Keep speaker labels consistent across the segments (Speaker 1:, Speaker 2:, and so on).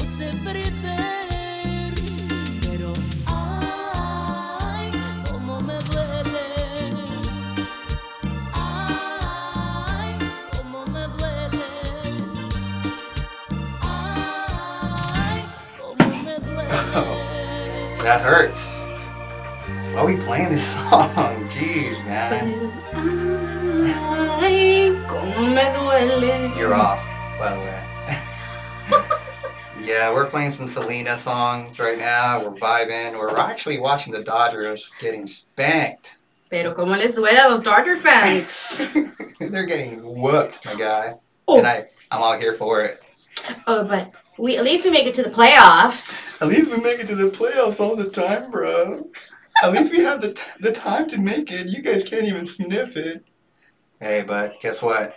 Speaker 1: se perder. Pero ay, cómo me duele. Ay, cómo me duele. Ay, cómo me duele.
Speaker 2: That hurts. Why are we playing this song? Jeez, man.
Speaker 3: Ay, cómo me duele.
Speaker 2: You're off, by the way. yeah, we're playing some Selena songs right now. We're vibing. We're actually watching the Dodgers getting spanked.
Speaker 3: Pero cómo les duele a los Dodger fans.
Speaker 2: They're getting whooped, my guy.
Speaker 3: Oh.
Speaker 2: And I, I'm all here for it.
Speaker 3: oh, but we at least we make it to the playoffs.
Speaker 2: At least we make it to the playoffs all the time, bro. At least we have the, t- the time to make it. You guys can't even sniff it. Hey, but guess what?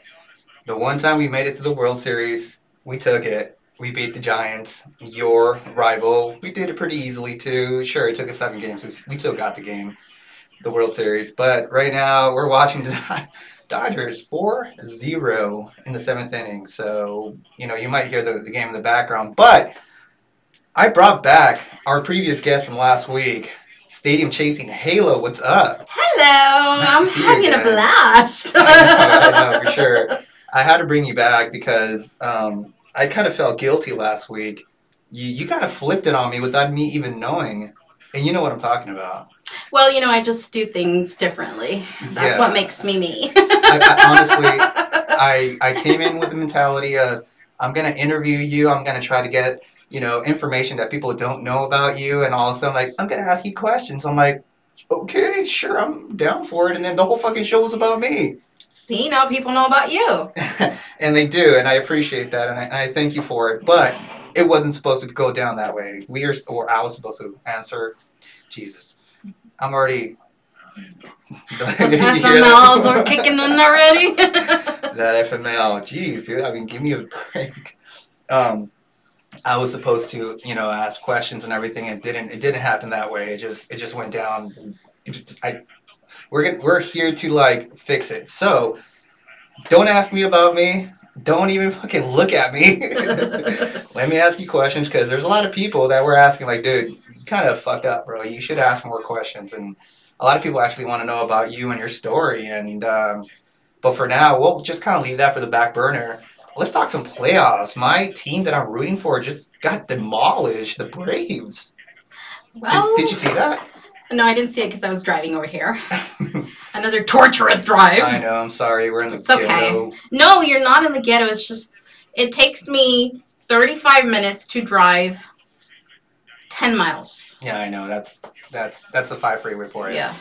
Speaker 2: The one time we made it to the World Series, we took it. We beat the Giants, your rival. We did it pretty easily, too. Sure, it took us seven games. We- We still got the game, the World Series. But right now, we're watching the Dodgers 4 0 in the seventh inning. So, you know, you might hear the, the game in the background. But I brought back our previous guest from last week, Stadium Chasing Halo. What's up?
Speaker 3: Hello,
Speaker 2: Nice to
Speaker 3: I'm
Speaker 2: see you
Speaker 3: having a
Speaker 2: again.
Speaker 3: blast.
Speaker 2: I know, I know, for sure. I had to bring you back because um, I kind of felt guilty last week. You, you kind of flipped it on me without me even knowing. And you know what I'm talking about.
Speaker 3: Well, you know, I just do things differently. That's
Speaker 2: Yeah.
Speaker 3: what makes me me.
Speaker 2: I, I, honestly, I, I came in with the mentality of I'm going to interview you. I'm going to try to get, you know, information that people don't know about you. And all of a sudden, like, I'm going to ask you questions. I'm like, okay, sure, I'm down for it. And then the whole fucking show was about me.
Speaker 3: See, now people know about you.
Speaker 2: and they do, and I appreciate that, and I, and I thank you for it. But it wasn't supposed to go down that way. We are, or I was supposed to answer. Jesus, I'm already.
Speaker 3: Those FMLs are kicking in already.
Speaker 2: that FML. Jeez, dude. I mean, give me a break. Um, I was supposed to, you know, ask questions and everything. It didn't. It didn't happen that way. It just. It just went down. It just- I. We're gonna, we're here to like fix it. So, don't ask me about me. Don't even fucking look at me. Let me ask you questions because there's a lot of people that were asking like, dude, you kind of fucked up, bro. You should ask more questions. And a lot of people actually want to know about you and your story. And um, but for now, we'll just kind of leave that for the back burner. Let's talk some playoffs. My team that I'm rooting for just got demolished. The Braves. Did,
Speaker 3: well,
Speaker 2: did you see that?
Speaker 3: No, I didn't see it because I was driving over here. Another torturous drive.
Speaker 2: I know. I'm sorry. We're in the
Speaker 3: It's okay.
Speaker 2: ghetto.
Speaker 3: No, you're not in the ghetto. It's just it takes me 35 minutes to drive 10 miles.
Speaker 2: Yeah, I know. That's that's that's the five freeway for you.
Speaker 3: Yeah.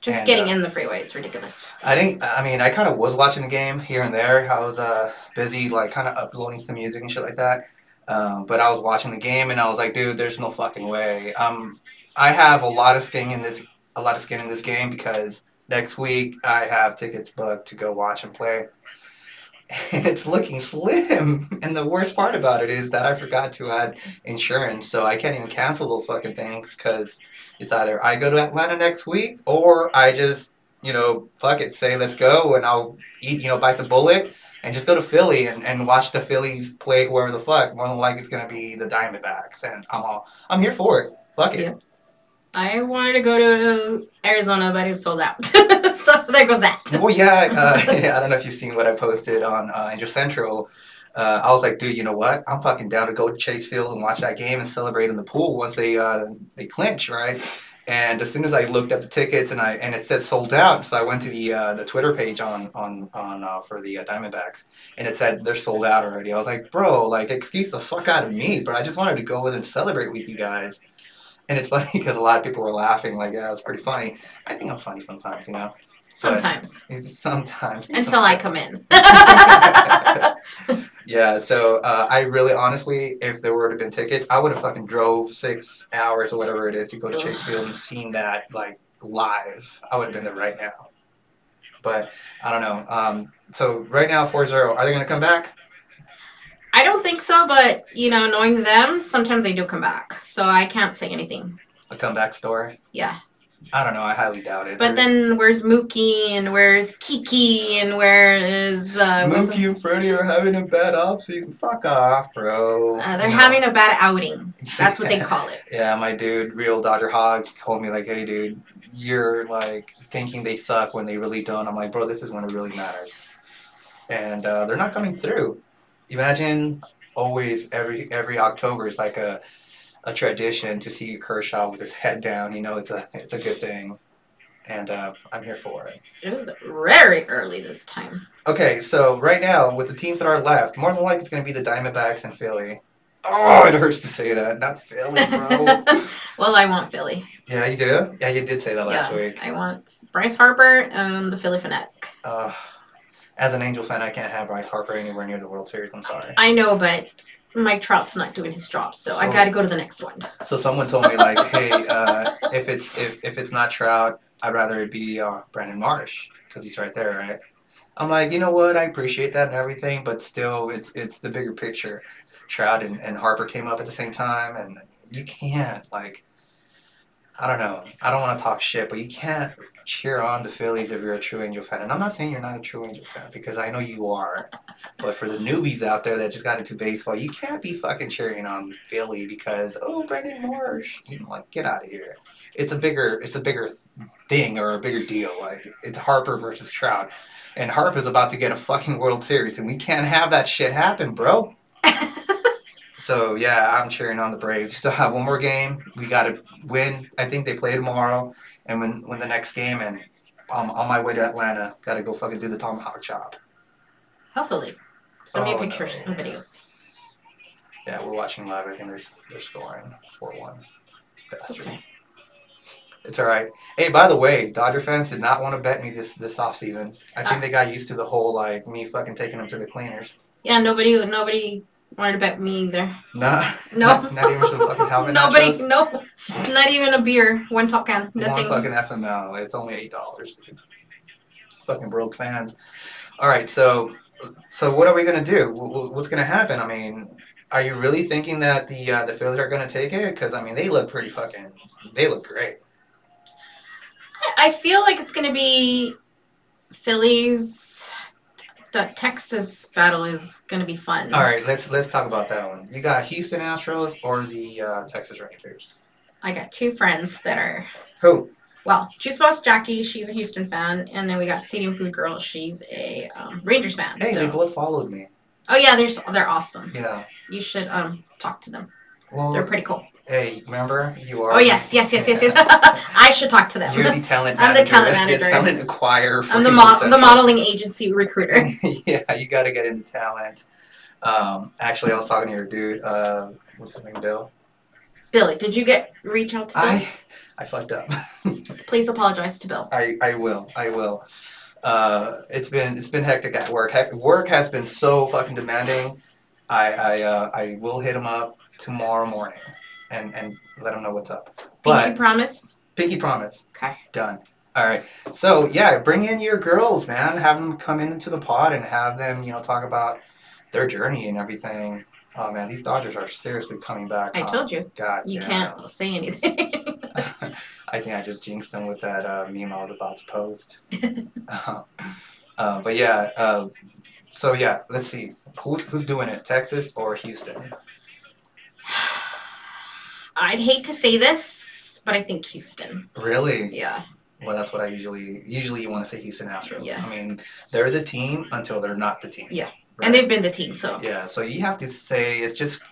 Speaker 3: Just
Speaker 2: And,
Speaker 3: getting
Speaker 2: uh,
Speaker 3: in the freeway, it's ridiculous.
Speaker 2: I think. I mean, I kind of was watching the game here and there. I was uh busy, like kind of uploading some music and shit like that. Um, but I was watching the game and I was like, dude, there's no fucking way. Um, I have a lot of skin in this, a lot of skin in this game because next week I have tickets booked to go watch and play. And it's looking slim. And the worst part about it is that I forgot to add insurance, so I can't even cancel those fucking things because it's either I go to Atlanta next week or I just, you know, fuck it, say let's go and I'll eat, you know, bite the bullet and just go to Philly and, and watch the Phillies play whoever the fuck. More than likely, it's gonna be the Diamondbacks, and I'm all I'm here for it. Fuck it.
Speaker 3: Yeah. I wanted to go to Arizona, but it's sold out. so there goes that.
Speaker 2: Well, yeah, uh, I don't know if you've seen what I posted on uh, Angel Central. Uh, I was like, dude, you know what? I'm fucking down to go to Chase Field and watch that game and celebrate in the pool once they uh, they clinch, right? And as soon as I looked up the tickets and I and it said sold out, so I went to the uh, the Twitter page on on on uh, for the uh, Diamondbacks, and it said they're sold out already. I was like, bro, like excuse the fuck out of me, but I just wanted to go with and celebrate with you guys. And it's funny because a lot of people were laughing, like, yeah, it's pretty funny. I think I'm funny sometimes, you know. But-
Speaker 3: Sometimes.
Speaker 2: sometimes
Speaker 3: Until I come in.
Speaker 2: yeah so uh, i really honestly if there would have been tickets i would have fucking drove six hours or whatever it is to go to chase field and seen that like live i would have been there right now but i don't know um, so right now 4-0 are they going to come back
Speaker 3: I don't think so, but you know, knowing them, sometimes they do come back. So I can't say anything.
Speaker 2: a comeback story
Speaker 3: Yeah.
Speaker 2: I don't know. I highly doubt it.
Speaker 3: But
Speaker 2: There's-
Speaker 3: then where's Mookie and where's Kiki and where is uh, what's-
Speaker 2: Mookie and Freddie are having a bad off season. Fuck off, bro.
Speaker 3: Uh, they're
Speaker 2: You know?
Speaker 3: having a bad outing. That's what they call it.
Speaker 2: Yeah, my dude, real Dodger Hogs, told me like, "Hey, dude, you're like thinking they suck when they really don't." I'm like, "Bro, this is when it really matters," and uh, they're not coming through. Imagine always every every October is like a a tradition to see Kershaw with his head down. You know, it's a it's a good thing, and uh, I'm here for it.
Speaker 3: It was very early this time.
Speaker 2: Okay, so right now with the teams that are left, more than likely it's going to be the Diamondbacks and Philly. Oh, it hurts to say that, not Philly, bro.
Speaker 3: well, I want Philly.
Speaker 2: yeah, you do. Yeah, you did say that last
Speaker 3: yeah,
Speaker 2: week.
Speaker 3: I want Bryce Harper and the Philly Fanatic.
Speaker 2: Uh, as an Angel fan, I can't have Bryce Harper anywhere near the World Series. I'm sorry.
Speaker 3: I know, but Mike Trout's not doing his job, so, I
Speaker 2: So-
Speaker 3: got to go to the next one.
Speaker 2: So someone told me like, hey, uh, if it's if, if it's not Trout, I'd rather it be uh, Brandon Marsh because he's right there, right? I'm like, you know what? I appreciate that and everything, but still, it's it's the bigger picture. Trout and, and Harper came up at the same time, and you can't like, I don't know. I don't want to talk shit, but you can't cheer on the Phillies if you're a true Angel fan. And I'm not saying you're not a true Angel fan because I know you are. But for the newbies out there that just got into baseball, you can't be fucking cheering on Philly because oh Brandon Marsh, you know, like get out of here. It's a bigger, it's a bigger thing or a bigger deal. Like it's Harper versus Trout, and Harper's about to get a fucking World Series, and we can't have that shit happen, bro. So yeah, I'm cheering on the Braves. Still have one more game. We gotta win. I think they play tomorrow, and win win the next game. And I'm on my way to Atlanta. Gotta go fucking do the tomahawk chop.
Speaker 3: Hopefully, send me
Speaker 2: Oh,
Speaker 3: a picture,
Speaker 2: no.
Speaker 3: some videos.
Speaker 2: Yeah, we're watching live. I think they're they're scoring four one.
Speaker 3: It's okay.
Speaker 2: It's all right. Hey, by the way, Dodger fans did not want to bet me this this off season. I
Speaker 3: Uh.
Speaker 2: think they got used to the whole like me fucking taking them to the cleaners.
Speaker 3: Yeah, nobody, nobody wanted to bet me either.
Speaker 2: Nah,
Speaker 3: No.
Speaker 2: not, not even some fucking helmet.
Speaker 3: nobody,
Speaker 2: nachos.
Speaker 3: nope, not even a beer, one top can,
Speaker 2: One
Speaker 3: nothing.
Speaker 2: fucking FML. It's only eight dollars. Fucking broke fans. All right, so so what are we gonna do? Wh- wh- What's gonna happen? I mean, are you really thinking that the uh, the Phillies are gonna take it? Because I mean, they look pretty fucking. They look great.
Speaker 3: I feel like it's gonna be Phillies. The Texas battle is gonna be fun.
Speaker 2: All right, let's let's talk about that one. You got Houston Astros or the uh, Texas Rangers?
Speaker 3: I got two friends that are
Speaker 2: Who?
Speaker 3: well, Juice Boss Jackie, she's a Houston fan, and then we got Seating Food Girl, she's a um, Rangers fan.
Speaker 2: Hey,
Speaker 3: so-
Speaker 2: they both followed me.
Speaker 3: oh yeah, they're s- they're awesome.
Speaker 2: Yeah.
Speaker 3: You should um talk to them. They're
Speaker 2: Well,
Speaker 3: pretty cool.
Speaker 2: hey, remember you are.
Speaker 3: Oh yes, yes, yes, yes, yes.
Speaker 2: Yeah.
Speaker 3: I should talk to them.
Speaker 2: You're the talent.
Speaker 3: I'm the talent
Speaker 2: manager,
Speaker 3: manager.
Speaker 2: The talent acquire. for
Speaker 3: I'm the
Speaker 2: Angel
Speaker 3: mo- the
Speaker 2: Central.
Speaker 3: modeling agency recruiter.
Speaker 2: yeah, you got to get into talent. Um, actually, I was talking to your dude. Uh, what's his name, Bill?
Speaker 3: Billy, did you get reach out to Bill?
Speaker 2: I I fucked up.
Speaker 3: Please apologize to Bill.
Speaker 2: I I will. I will. Uh, it's been it's been hectic at work. Hec- work has been so fucking demanding. I I uh, I will hit him up tomorrow morning and and let him know what's up.
Speaker 3: Pinky
Speaker 2: But
Speaker 3: promise.
Speaker 2: pinky promise.
Speaker 3: Okay.
Speaker 2: Done. All right. So yeah, bring in your girls, man. Have them come into the pod and have them, you know, talk about their journey and everything. Oh man, these Dodgers are seriously coming back. Oh,
Speaker 3: I
Speaker 2: huh?
Speaker 3: told you.
Speaker 2: God,
Speaker 3: You
Speaker 2: damn.
Speaker 3: can't say anything.
Speaker 2: I think I just jinxed them with that uh, meme I was about to post. uh, but yeah, uh, so yeah, let's see Who, who's doing it, Texas or Houston?
Speaker 3: I'd hate to say this, but I think Houston.
Speaker 2: Really?
Speaker 3: Yeah.
Speaker 2: Well, that's what I usually usually you want to say Houston Astros.
Speaker 3: Yeah.
Speaker 2: I mean, they're the team until they're not the team.
Speaker 3: Yeah.
Speaker 2: Right?
Speaker 3: And they've been the team, so
Speaker 2: Yeah, so you have to say it's just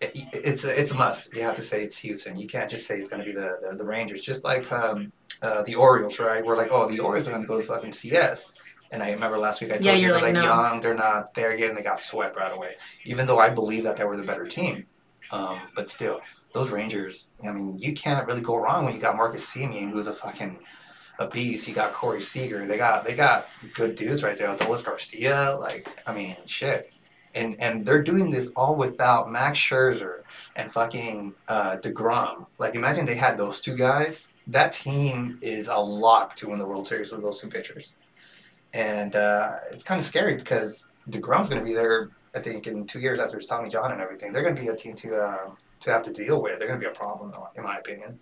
Speaker 2: it, it's a, it's a must. You have to say it's Houston. You can't just say it's going to be the, the the Rangers. Just like um, uh, the Orioles, right? We're like, oh, the Orioles are going to go to fucking CS. And I remember last week I told
Speaker 3: Yeah,
Speaker 2: you
Speaker 3: you're
Speaker 2: they're like,
Speaker 3: like, no.
Speaker 2: young, they're not there yet, and they got swept right away. Even though I believe that they were the better team, um, but still, those Rangers. I mean, you can't really go wrong when you got Marcus Semien, who's a fucking a beast. You got Corey Seager. They got they got good dudes right there. Adolis Garcia. Like, I mean, shit and and they're doing this all without Max Scherzer and fucking uh, Degrom. Like, imagine they had those two guys. That team is a lock to win the World Series with those two pitchers, and uh, it's kind of scary because Degrom's going to be there. I think in two years after it's Tommy John and everything, they're going to be a team to uh, to have to deal with. They're going to be a problem, in my opinion.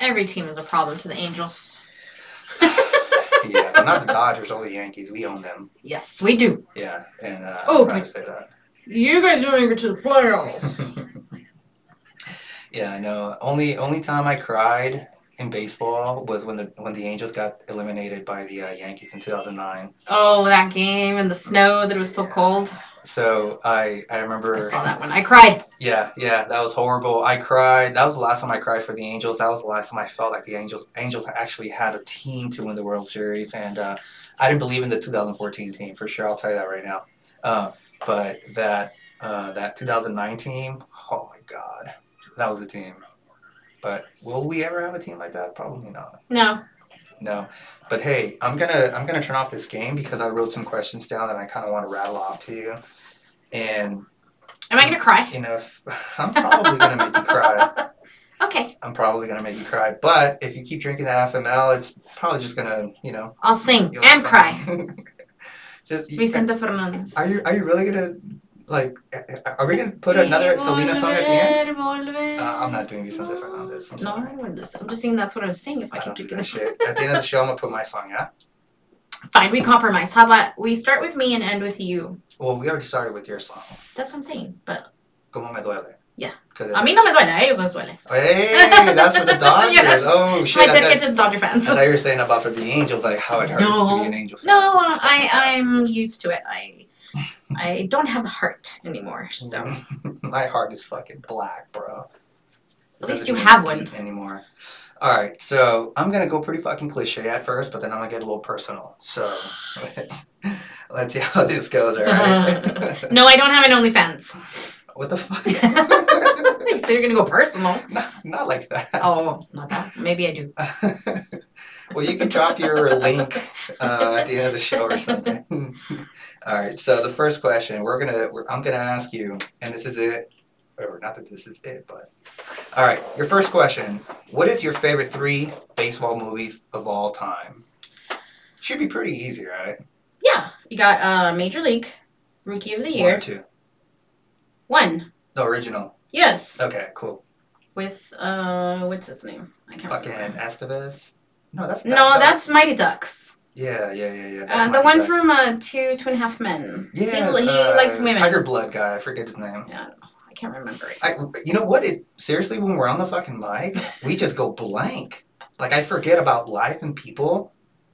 Speaker 3: Every team is a problem to the Angels.
Speaker 2: yeah, but not the Dodgers or the Yankees. We own them.
Speaker 3: Yes, we do.
Speaker 2: Yeah, and uh,
Speaker 3: Oh,
Speaker 2: I'm proud
Speaker 3: but-
Speaker 2: to say that.
Speaker 3: You guys don't even get to the playoffs.
Speaker 2: Yeah, I know. Only only time I cried in baseball was when the when the Angels got eliminated by the uh, Yankees in 2009.
Speaker 3: oh, that game and the snow that was so cold.
Speaker 2: So I I remember.
Speaker 3: I saw that one. I cried.
Speaker 2: Yeah, yeah, that was horrible. I cried. That was the last time I cried for the Angels. That was the last time I felt like the Angels Angels actually had a team to win the World Series, and uh, I didn't believe in the 2014 team for sure. I'll tell you that right now. Uh, but that uh, that 2009 team, oh my God, that was the team. But will we ever have a team like that? Probably not.
Speaker 3: No.
Speaker 2: No. But hey, I'm gonna I'm gonna turn off this game because I wrote some questions down that I kind of want to rattle off to you, and
Speaker 3: Am I going to cry?
Speaker 2: you know, if- I'm probably gonna make you cry.
Speaker 3: Okay.
Speaker 2: I'm probably gonna make you cry. But if you keep drinking that FML, it's probably just gonna, you know,
Speaker 3: I'll sing
Speaker 2: you'll
Speaker 3: and cry.
Speaker 2: just you,
Speaker 3: Vicente Fernandez.
Speaker 2: are you are you really gonna like? Are we gonna put another Selena song at the end? Uh, I'm not doing Vicente Fernandez. I'm
Speaker 3: No,
Speaker 2: sorry.
Speaker 3: I'm not this. I'm just saying that's what I was saying. If I,
Speaker 2: I
Speaker 3: keep
Speaker 2: don't do
Speaker 3: drinking
Speaker 2: that
Speaker 3: this,
Speaker 2: shit. At the end of the show, I'm gonna put my song. Yeah.
Speaker 3: fine. We compromise. How about we start with me and end with you?
Speaker 2: Well, we already started with your song.
Speaker 3: That's what I'm saying. But
Speaker 2: Como me duele.
Speaker 3: Yeah.
Speaker 2: 'Cause it-
Speaker 3: a mí no me duele. A ellos les duele.
Speaker 2: Hey, that's for the Dodgers.
Speaker 3: Yes.
Speaker 2: Oh shit!
Speaker 3: I
Speaker 2: I
Speaker 3: did
Speaker 2: thought-
Speaker 3: get to the Dodger fans.
Speaker 2: I thought you were saying about for the Angels, like how it hurts to
Speaker 3: No.
Speaker 2: be an Angel. fan.
Speaker 3: No, I I'm used to it. I I don't have a heart anymore. So
Speaker 2: my heart is fucking black, bro.
Speaker 3: At least
Speaker 2: Doesn't
Speaker 3: you
Speaker 2: even
Speaker 3: have one.
Speaker 2: beat anymore. All right, so I'm gonna go pretty fucking cliche at first, but then I'm gonna get a little personal. So let's see how this goes. All right.
Speaker 3: no, I don't have an OnlyFans.
Speaker 2: what the fuck?
Speaker 3: so you're gonna go personal?
Speaker 2: not, not like that.
Speaker 3: Oh, not that. Maybe I do.
Speaker 2: well, you can drop your link uh, at the end of the show or something. All right. So the first question we're gonna we're, I'm gonna ask you, and this is it, or not that this is it, but all right. Your first question: What is your favorite three baseball movies of all time? Should be pretty easy, right?
Speaker 3: Yeah, you got uh Major League Rookie of the
Speaker 2: One or
Speaker 3: Year
Speaker 2: two.
Speaker 3: one.
Speaker 2: The original.
Speaker 3: Yes,
Speaker 2: Okay, cool.
Speaker 3: with uh what's his name? I can't
Speaker 2: Fucking
Speaker 3: remember.
Speaker 2: Estevez. No, that's
Speaker 3: No,
Speaker 2: that-
Speaker 3: that's Mighty Ducks.
Speaker 2: yeah, yeah, yeah, yeah.
Speaker 3: Uh,
Speaker 2: that's
Speaker 3: the
Speaker 2: Mighty
Speaker 3: one
Speaker 2: Ducks.
Speaker 3: from uh, Two Two and a Half Men.
Speaker 2: Yes,
Speaker 3: he, he
Speaker 2: uh,
Speaker 3: likes women.
Speaker 2: Tiger Blood guy. I forget his name.
Speaker 3: I can't remember it.
Speaker 2: I, you know what? It seriously, when we're on the fucking mic, we just go blank. Like I forget about life and people.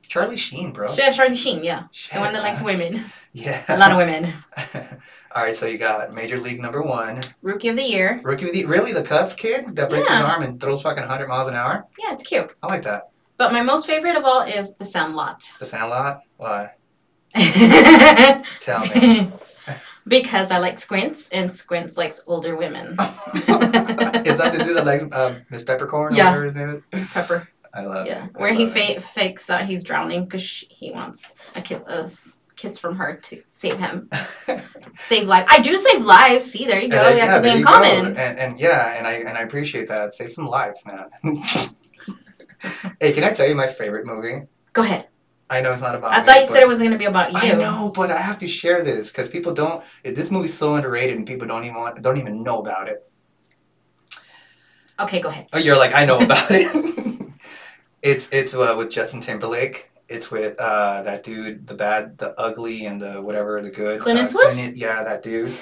Speaker 2: Charlie Sheen, bro.
Speaker 3: Yeah, Charlie Sheen. Yeah,
Speaker 2: Shit,
Speaker 3: the one that
Speaker 2: man.
Speaker 3: likes women.
Speaker 2: Yeah.
Speaker 3: A lot of women.
Speaker 2: All right, so you got Major League Number One,
Speaker 3: Rookie of the Year.
Speaker 2: rookie with the really the Cubs kid that breaks his
Speaker 3: Yeah.
Speaker 2: arm and throws fucking hundred miles an hour.
Speaker 3: Yeah, it's cute.
Speaker 2: I like that.
Speaker 3: But my most favorite of all is The Sandlot.
Speaker 2: The Sandlot. Why? Tell me.
Speaker 3: because I like Squints, and Squints likes older women.
Speaker 2: Oh. Is that the dude that like uh, Miss Peppercorn? or
Speaker 3: Yeah.
Speaker 2: whatever his name is?
Speaker 3: Pepper.
Speaker 2: I love.
Speaker 3: Yeah,
Speaker 2: it. I
Speaker 3: where he
Speaker 2: love it.
Speaker 3: fa- fakes that he's drowning because he wants a kiss, a s- kiss from her to save him, save life. I do save lives. See, there you go.
Speaker 2: And then-
Speaker 3: we have
Speaker 2: yeah,
Speaker 3: something in
Speaker 2: there you go.
Speaker 3: common.
Speaker 2: And, and yeah, and I and I appreciate that. Save some lives, man. hey, can I tell you my favorite movie?
Speaker 3: Go ahead.
Speaker 2: I know it's not about.
Speaker 3: I
Speaker 2: me,
Speaker 3: thought you said it
Speaker 2: but-
Speaker 3: was going to be about you.
Speaker 2: I know, but I have to share this because people don't. This movie's so underrated, and people don't even want, don't even know about it.
Speaker 3: Okay, go ahead.
Speaker 2: Oh, you're like I know about it. it's it's uh, with Justin Timberlake. It's with uh, that dude, the bad, the ugly, and the whatever, the good.
Speaker 3: Clint
Speaker 2: uh,
Speaker 3: Eastwood?
Speaker 2: Clint- yeah, that dude.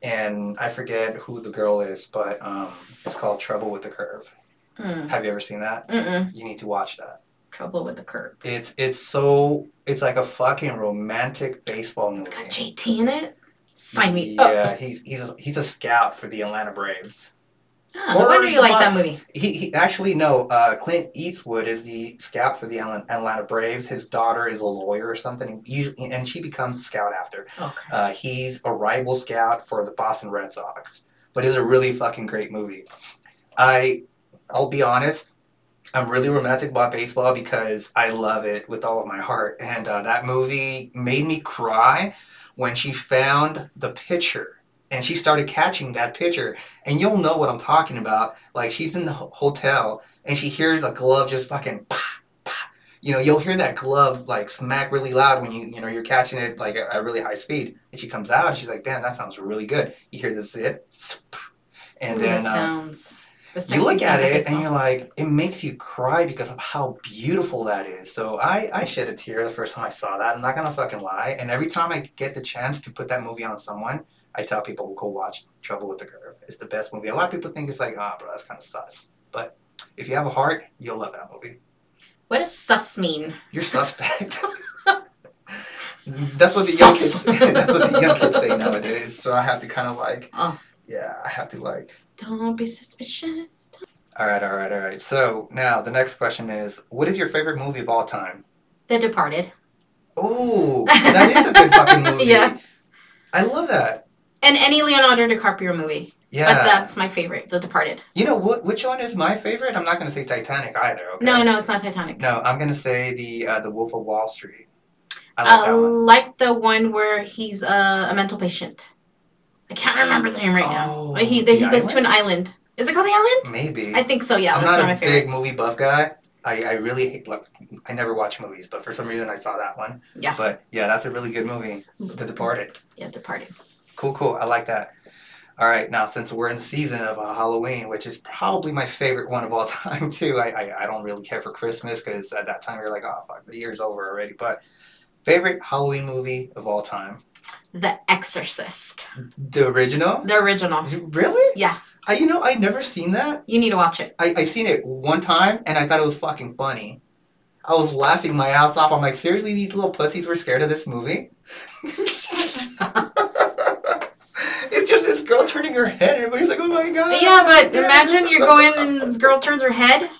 Speaker 2: And I forget who the girl is, but um, it's called Trouble with the Curve.
Speaker 3: Mm.
Speaker 2: Have you ever seen that?
Speaker 3: Mm-mm.
Speaker 2: You need to watch that.
Speaker 3: Trouble with the curb.
Speaker 2: It's it's so it's like a fucking romantic baseball movie.
Speaker 3: It's got JT in it. Sign me up.
Speaker 2: Yeah, he's he's a, he's a scout for the Atlanta Braves.
Speaker 3: Ah, no
Speaker 2: Or
Speaker 3: wonder you
Speaker 2: the
Speaker 3: like that
Speaker 2: Bond.
Speaker 3: movie.
Speaker 2: He, he actually no. Uh, Clint Eastwood is the scout for the Atlan- Atlanta Braves. His daughter is a lawyer or something, usually, and she becomes a scout after.
Speaker 3: Okay.
Speaker 2: Uh, he's a rival scout for the Boston Red Sox, but it's a really fucking great movie. I, I'll be honest, I'm really romantic about baseball because I love it with all of my heart, and uh, that movie made me cry when she found the pitcher and she started catching that pitcher, and you'll know what I'm talking about. Like she's in the ho- hotel and she hears a glove just fucking. Pop, pop. You know, you'll hear that glove like smack really loud when you you know you're catching it like at, at really high speed. And she comes out and she's like, "Damn, that sounds really good." You hear this zip, and
Speaker 3: Ooh,
Speaker 2: then uh,
Speaker 3: sounds The
Speaker 2: you look
Speaker 3: sexy
Speaker 2: at
Speaker 3: side of
Speaker 2: it and
Speaker 3: baseball.
Speaker 2: you're like, it makes you cry because of how beautiful that is. So I, I shed a tear the first time I saw that. I'm not gonna fucking lie. And every time I get the chance to put that movie on someone, I tell people go watch Trouble with the Curve. It's the best movie. A lot of people think it's like, ah, bro, that's kind of sus. But if you have a heart, you'll love that movie.
Speaker 3: What does sus mean?
Speaker 2: You're suspect. that's what the young kids.
Speaker 3: Sus.
Speaker 2: that's what the young kids say nowadays. So I have to kind of like,
Speaker 3: Oh.
Speaker 2: yeah, I have to like.
Speaker 3: Don't be suspicious.
Speaker 2: All right, all right, all right. So now the next question is, what is your favorite movie of all time?
Speaker 3: The Departed.
Speaker 2: Oh, that is a good fucking movie.
Speaker 3: Yeah.
Speaker 2: I love that.
Speaker 3: And any Leonardo DiCaprio movie.
Speaker 2: Yeah.
Speaker 3: But that's my favorite, The Departed.
Speaker 2: you know what? Which one is my favorite? I'm not gonna say Titanic either. Okay.
Speaker 3: No, no, it's not Titanic.
Speaker 2: No, I'm gonna say the uh, the Wolf of Wall Street. I like
Speaker 3: I
Speaker 2: that one.
Speaker 3: like the one where he's uh, a mental patient. I can't remember the name right now.
Speaker 2: Oh,
Speaker 3: But he that he
Speaker 2: The
Speaker 3: goes to an island. Is it called the island?
Speaker 2: Maybe.
Speaker 3: I think so. Yeah,
Speaker 2: I'm
Speaker 3: that's
Speaker 2: not
Speaker 3: one of
Speaker 2: a
Speaker 3: my favorites.
Speaker 2: big movie buff guy. I, I really hate, look, I never watch movies, but for some reason I saw that one.
Speaker 3: Yeah.
Speaker 2: But yeah, that's a really good movie, The Departed.
Speaker 3: Yeah, Departed.
Speaker 2: Cool, cool. I like that. All right, now since we're in the season of uh, Halloween, which is probably my favorite one of all time too, I I, I don't really care for Christmas because at that time you're like, oh fuck, the year's over already. But favorite Halloween movie of all time,
Speaker 3: The Exorcist.
Speaker 2: the original.
Speaker 3: The original.
Speaker 2: Really?
Speaker 3: Yeah.
Speaker 2: I, you know, I never seen that.
Speaker 3: You need to watch it.
Speaker 2: I, I seen it one time and I thought it was fucking funny. I was laughing my ass off. I'm like, seriously, these little pussies were scared of this movie? it's just this girl turning her head. and Everybody's like, oh my god.
Speaker 3: yeah, but imagine you're going and this girl turns her head,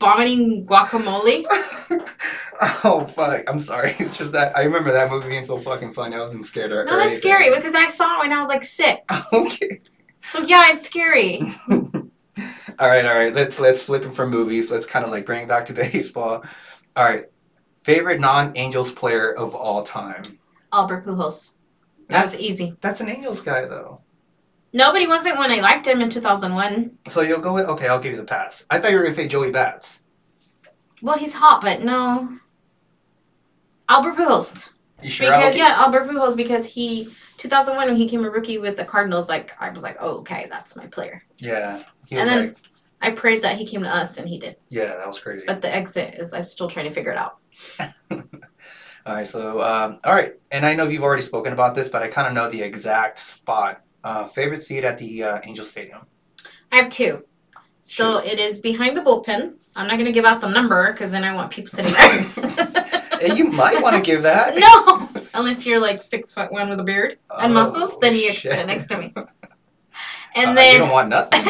Speaker 3: vomiting guacamole.
Speaker 2: oh fuck. I'm sorry. It's just that I remember that movie being so fucking funny. I wasn't scared or
Speaker 3: No, that's scary because I saw it when I was like six.
Speaker 2: Okay.
Speaker 3: So yeah, it's scary.
Speaker 2: All right, all right. Let's let's flip it from movies. Let's kind of like bring it back to baseball. All right. Favorite non-Angels player of all time.
Speaker 3: Albert Pujols. That was easy.
Speaker 2: That's an Angels guy, though.
Speaker 3: Nobody wasn't when I liked him in 2001.
Speaker 2: So you'll go with okay. I'll give you the pass. I thought you were gonna say Joey Bats.
Speaker 3: Well, he's hot, but no. Albert Pujols.
Speaker 2: You sure?
Speaker 3: Because
Speaker 2: Okay.
Speaker 3: yeah, Albert Pujols because he 2001 when he came a rookie with the Cardinals, like I was like, oh okay, that's my player.
Speaker 2: Yeah. He
Speaker 3: And
Speaker 2: was
Speaker 3: then-
Speaker 2: like,
Speaker 3: I prayed that he came to us and he did.
Speaker 2: yeah, that was crazy.
Speaker 3: But the exit is I'm still trying to figure it out.
Speaker 2: all right. So um, all right, and I know you've already spoken about this, but I kind of know the exact spot. Uh, favorite seat at the uh, Angel Stadium.
Speaker 3: I have two. So it is behind the bullpen. I'm not gonna give out the number because then I want people sitting there.
Speaker 2: Eh, you might want to give that.
Speaker 3: no, unless you're like six foot one with a beard and
Speaker 2: Oh,
Speaker 3: muscles, then you
Speaker 2: shit.
Speaker 3: can sit next to me.
Speaker 2: Uh,
Speaker 3: And
Speaker 2: you
Speaker 3: then
Speaker 2: don't want nothing.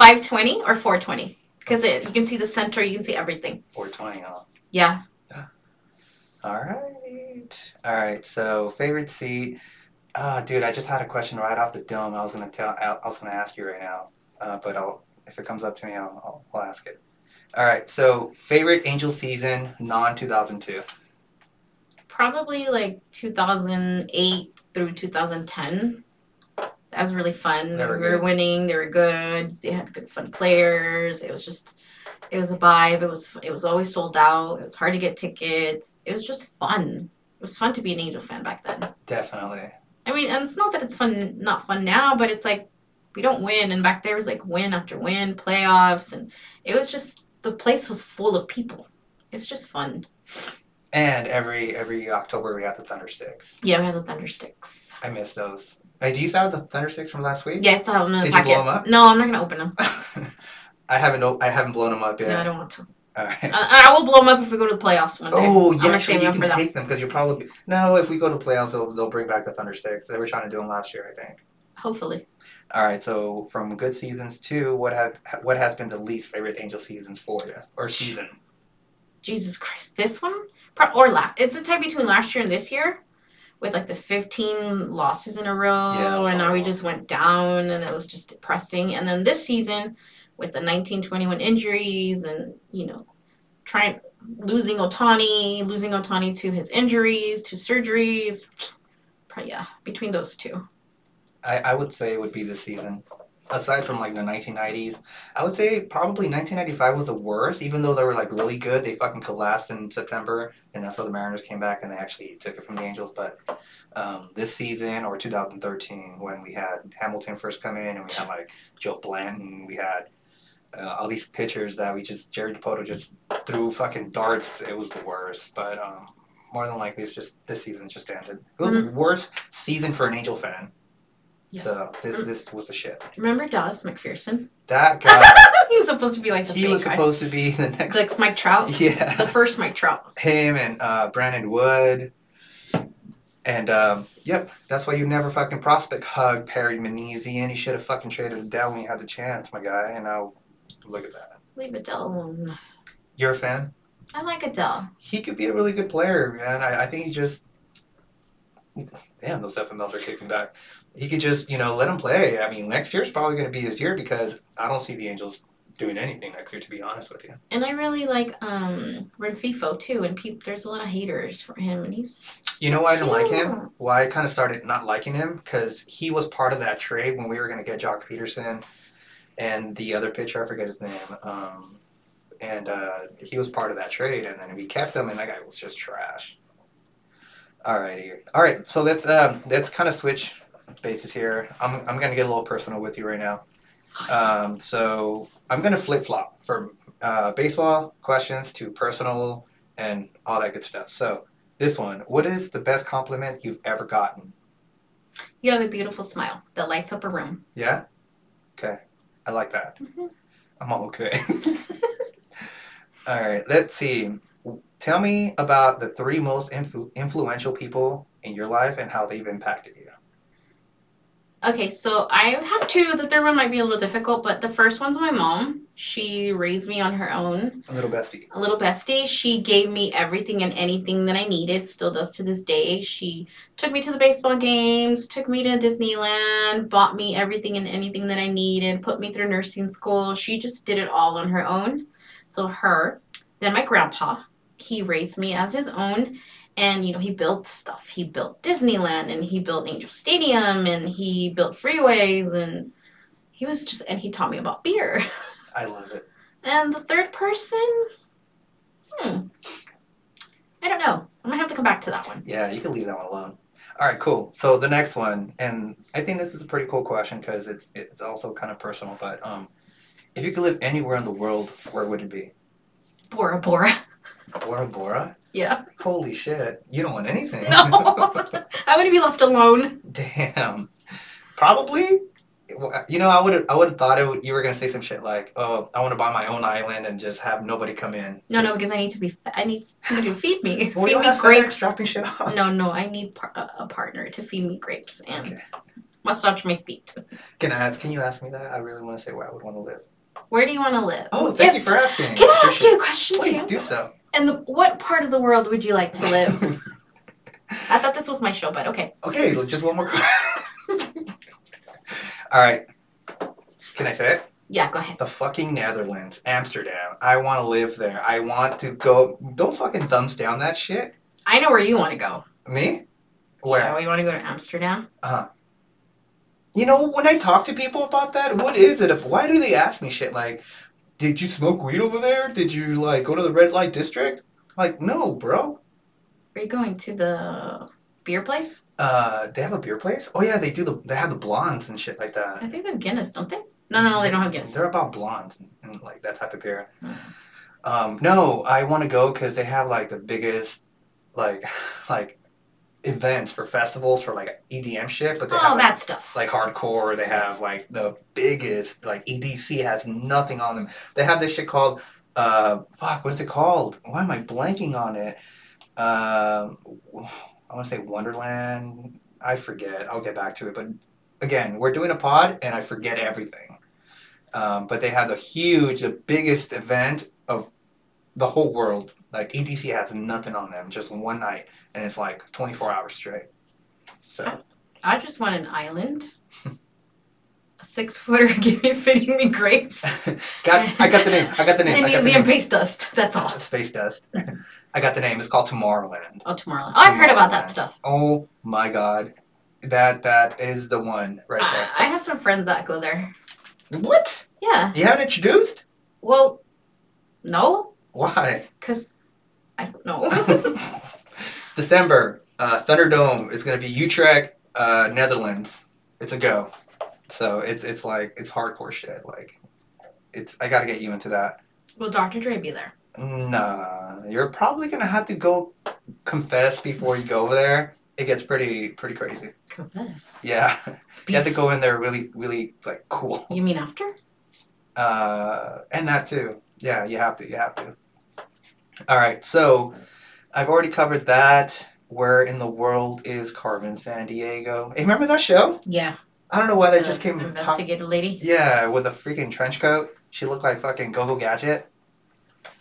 Speaker 3: 520 or 420 because you can see the center, you can see everything.
Speaker 2: Four twenty. Huh?
Speaker 3: Yeah,
Speaker 2: All right. All right. So favorite seat. Ah, dude, I just had a question right off the dome. I was gonna tell. I I was gonna ask you right now, uh, but I'll if it comes up to me, I'll, I'll, I'll ask it. All right. So favorite Angel season, non two thousand two.
Speaker 3: probably like 2008 through 2010. That was really fun.
Speaker 2: They were
Speaker 3: we were
Speaker 2: good.
Speaker 3: winning. They were good. They had good, fun players. It was just, it was a vibe. It was, it was always sold out. It was hard to get tickets. It was just fun. It was fun to be an Angel fan back then.
Speaker 2: Definitely.
Speaker 3: I mean, and it's not that it's fun, not fun now, but it's like we don't win. And back there was like win after win, playoffs, and it was just the place was full of people. It's just fun.
Speaker 2: And every every October we had the Thunder Sticks.
Speaker 3: Yeah, we had the thunder sticks.
Speaker 2: I miss those. Hey, do you still have the Thunder Sticks from last week?
Speaker 3: Yeah, I still have them in the
Speaker 2: Did you
Speaker 3: packet.
Speaker 2: blow 'em up?
Speaker 3: No, I'm not gonna open them.
Speaker 2: I haven't. o- I haven't blown them up yet.
Speaker 3: No, I don't want to.
Speaker 2: All right.
Speaker 3: I, I will blow them up if we go to the playoffs one day.
Speaker 2: Oh,
Speaker 3: gonna
Speaker 2: yeah, actually,
Speaker 3: save
Speaker 2: you
Speaker 3: them
Speaker 2: can
Speaker 3: for that.
Speaker 2: take them because you're probably no. If we go to playoffs, they'll, they'll bring back the Thundersticks. They were trying to do them last year, I think.
Speaker 3: Hopefully,
Speaker 2: All right, so from good seasons to what have what has been the least favorite Angel seasons for you or season?
Speaker 3: Jesus Christ, this one Pro- or last. It's a tie between last year and this year. With like the 15 losses in a row,
Speaker 2: Yeah, it was
Speaker 3: and now we
Speaker 2: horrible.
Speaker 3: just went down, and it was just depressing. And then this season, with the 1921 injuries, and you know, trying losing Otani, losing Otani to his injuries, to surgeries. Probably, yeah, between those two.
Speaker 2: I, I would say it would be this season. aside from like the 1990s, I would say probably 1995 was the worst. Even though they were like really good, they fucking collapsed in September, and that's how the Mariners came back and they actually took it from the Angels. But um, this season or 2013, when we had Hamilton first come in and we had like Joe Blanton, we had uh, all these pitchers that we just Jared Dipoto just threw fucking darts. It was the worst, but um, more than likely it's just this season just ended. It was the worst season for an Angel fan.
Speaker 3: Yeah.
Speaker 2: So this
Speaker 3: Mm.
Speaker 2: this was the shit.
Speaker 3: Remember Dallas McPherson?
Speaker 2: That guy,
Speaker 3: he was supposed to be like the
Speaker 2: he
Speaker 3: big
Speaker 2: was
Speaker 3: guy.
Speaker 2: supposed to be the next.
Speaker 3: like Mike Trout, the
Speaker 2: yeah,
Speaker 3: first Mike Trout.
Speaker 2: him and uh, Brandon Wood. And um, yep, that's why you never fucking prospect hug Perry Menesian. You should have fucking traded Adele when you had the chance, my guy. And now look at that.
Speaker 3: Leave Adele alone.
Speaker 2: You're a fan.
Speaker 3: I like Adele.
Speaker 2: he could be a really good player, man. I, I think he just damn those FMLs are kicking back. He could just you know let him play. I mean, next year's probably going to be his year because I don't see the Angels doing anything next year. To be honest with you,
Speaker 3: And I really like um Renfifo too. And peop there's a lot of haters for him, and he's just
Speaker 2: you know why I
Speaker 3: so
Speaker 2: didn't like
Speaker 3: cute.
Speaker 2: him? Why I kind of started not liking him because he was part of that trade when we were going to get Jock Peterson and the other pitcher. I forget his name. Um, and uh, he was part of that trade, and then we kept him, and that guy was just trash. Alrighty, all right. So let's um, let's kind of switch bases here. I'm I'm gonna get a little personal with you right now. Um, so I'm gonna flip flop from uh, baseball questions to personal and all that good stuff. So this one, what is the best compliment you've ever gotten?
Speaker 3: You have a beautiful smile that lights up a room.
Speaker 2: Yeah. Okay, I like that.
Speaker 3: Mhm.
Speaker 2: I'm all okay. all right. Let's see. Tell me about the three most influ- influential people in your life and how they've impacted you.
Speaker 3: Okay, so I have two. The third one might be a little difficult, but the first one's my mom. She raised me on her own.
Speaker 2: A little bestie.
Speaker 3: a little bestie. She gave me everything and anything that I needed, still does to this day. She took me to the baseball games, took me to Disneyland, bought me everything and anything that I needed, put me through nursing school. She just did it all on her own. So, her. Then, my grandpa, he raised me as his own. And, you know, he built stuff. He built Disneyland and he built Angel Stadium and he built freeways and he was just, and he taught me about beer.
Speaker 2: I love it.
Speaker 3: And the third person? Hmm. I don't know. I'm gonna have to come back to that one.
Speaker 2: Yeah, you can leave that one alone. All right, cool. So the next one, and I think this is a pretty cool question because it's it's also kind of personal. But um, if you could live anywhere in the world, where would it be?
Speaker 3: Bora Bora.
Speaker 2: Bora Bora.
Speaker 3: Yeah.
Speaker 2: Holy shit! You don't want anything.
Speaker 3: No. I wouldn't be left alone.
Speaker 2: Damn. Probably. You know, I would have I would have thought it would, you were gonna say some shit like, "Oh, I want to buy my own island and just have nobody come in."
Speaker 3: No, no,
Speaker 2: Just-
Speaker 3: because I need to be. Fe- I need somebody to feed me.
Speaker 2: Well, you
Speaker 3: feed
Speaker 2: don't
Speaker 3: me
Speaker 2: have FedEx
Speaker 3: grapes.
Speaker 2: dropping shit off.
Speaker 3: No, no, I need par- a- a partner to feed me grapes and
Speaker 2: Okay.
Speaker 3: massage my feet.
Speaker 2: Can I ask? Can you ask me that? I really want to say where I would want to live.
Speaker 3: Where do you want to live?
Speaker 2: Oh, thank
Speaker 3: Yeah.
Speaker 2: you for asking.
Speaker 3: Can I ask
Speaker 2: Appreciate
Speaker 3: you
Speaker 2: it.
Speaker 3: a question
Speaker 2: Please
Speaker 3: too?
Speaker 2: do so.
Speaker 3: And the, what part of the world would you like to live? I thought this was my show, but okay.
Speaker 2: Okay, l- just one more question. All right. Can I say it?
Speaker 3: Yeah, go ahead.
Speaker 2: The fucking Netherlands, Amsterdam. I want to live there. I want to go. Don't fucking thumbs down that shit.
Speaker 3: I know where you want to go.
Speaker 2: Me? Where?
Speaker 3: Yeah, we want to go to Amsterdam.
Speaker 2: You know, when I talk to people about that, what is it? Why do they ask me shit like, "Did you smoke weed over there? Did you like go to the red light district?" Like, no, bro.
Speaker 3: Are you going to the beer place?
Speaker 2: Uh, they have a beer place. Oh yeah, they do the. They have the blondes and shit like that.
Speaker 3: I think they have Guinness, don't they? No, no, no, they don't have Guinness.
Speaker 2: They're about blondes and, and like that type of beer.
Speaker 3: Mm.
Speaker 2: Um, no, I want to go because they have like the biggest, like, like events for festivals for like EDM shit. But they have
Speaker 3: Oh,
Speaker 2: like,
Speaker 3: that stuff.
Speaker 2: like hardcore. They have like the biggest like EDC has nothing on them. They have this shit called uh fuck. What is it called? Why am I blanking on it? Um, I want to say Wonderland. I forget. I'll get back to it. But again, we're doing a pod, and I forget everything. Um, but they have the huge, the biggest event of the whole world. Like EDC has nothing on them, just one night, and it's like 24 hours straight. So
Speaker 3: I just want an island. A six footer give me feeding me grapes.
Speaker 2: got I got the name. I got the name.
Speaker 3: and
Speaker 2: I got the
Speaker 3: museum
Speaker 2: name. Oh,
Speaker 3: paste dust. That's all.
Speaker 2: Space dust. I got the name. It's called Tomorrowland.
Speaker 3: Oh, Tomorrowland. Oh, I've heard about that stuff.
Speaker 2: Oh my god, that that is the one right
Speaker 3: I, I have some friends that go there.
Speaker 2: there. What?
Speaker 3: Yeah.
Speaker 2: You haven't introduced?
Speaker 3: Well, no,
Speaker 2: Why?
Speaker 3: because I don't know.
Speaker 2: December, uh, Thunderdome is going to be Utrecht, uh, Netherlands. It's a go. So it's it's like it's hardcore shit. Like, it's I gotta get you into that.
Speaker 3: Will Dr. Dre be there?
Speaker 2: Nah, you're probably gonna have to go confess before you go over there. It gets pretty pretty crazy.
Speaker 3: Confess.
Speaker 2: Yeah, you have to go in there really really like cool.
Speaker 3: You mean after?
Speaker 2: uh, and that too. Yeah, you have to. You have to. All right. So I've already covered that. Where in the world is Carmen San Diego? Hey, remember that show?
Speaker 3: Yeah.
Speaker 2: I don't know why that
Speaker 3: the
Speaker 2: just came. Pop-
Speaker 3: Investigative lady.
Speaker 2: yeah, with a freaking trench coat. She looked like fucking Go Go Gadget.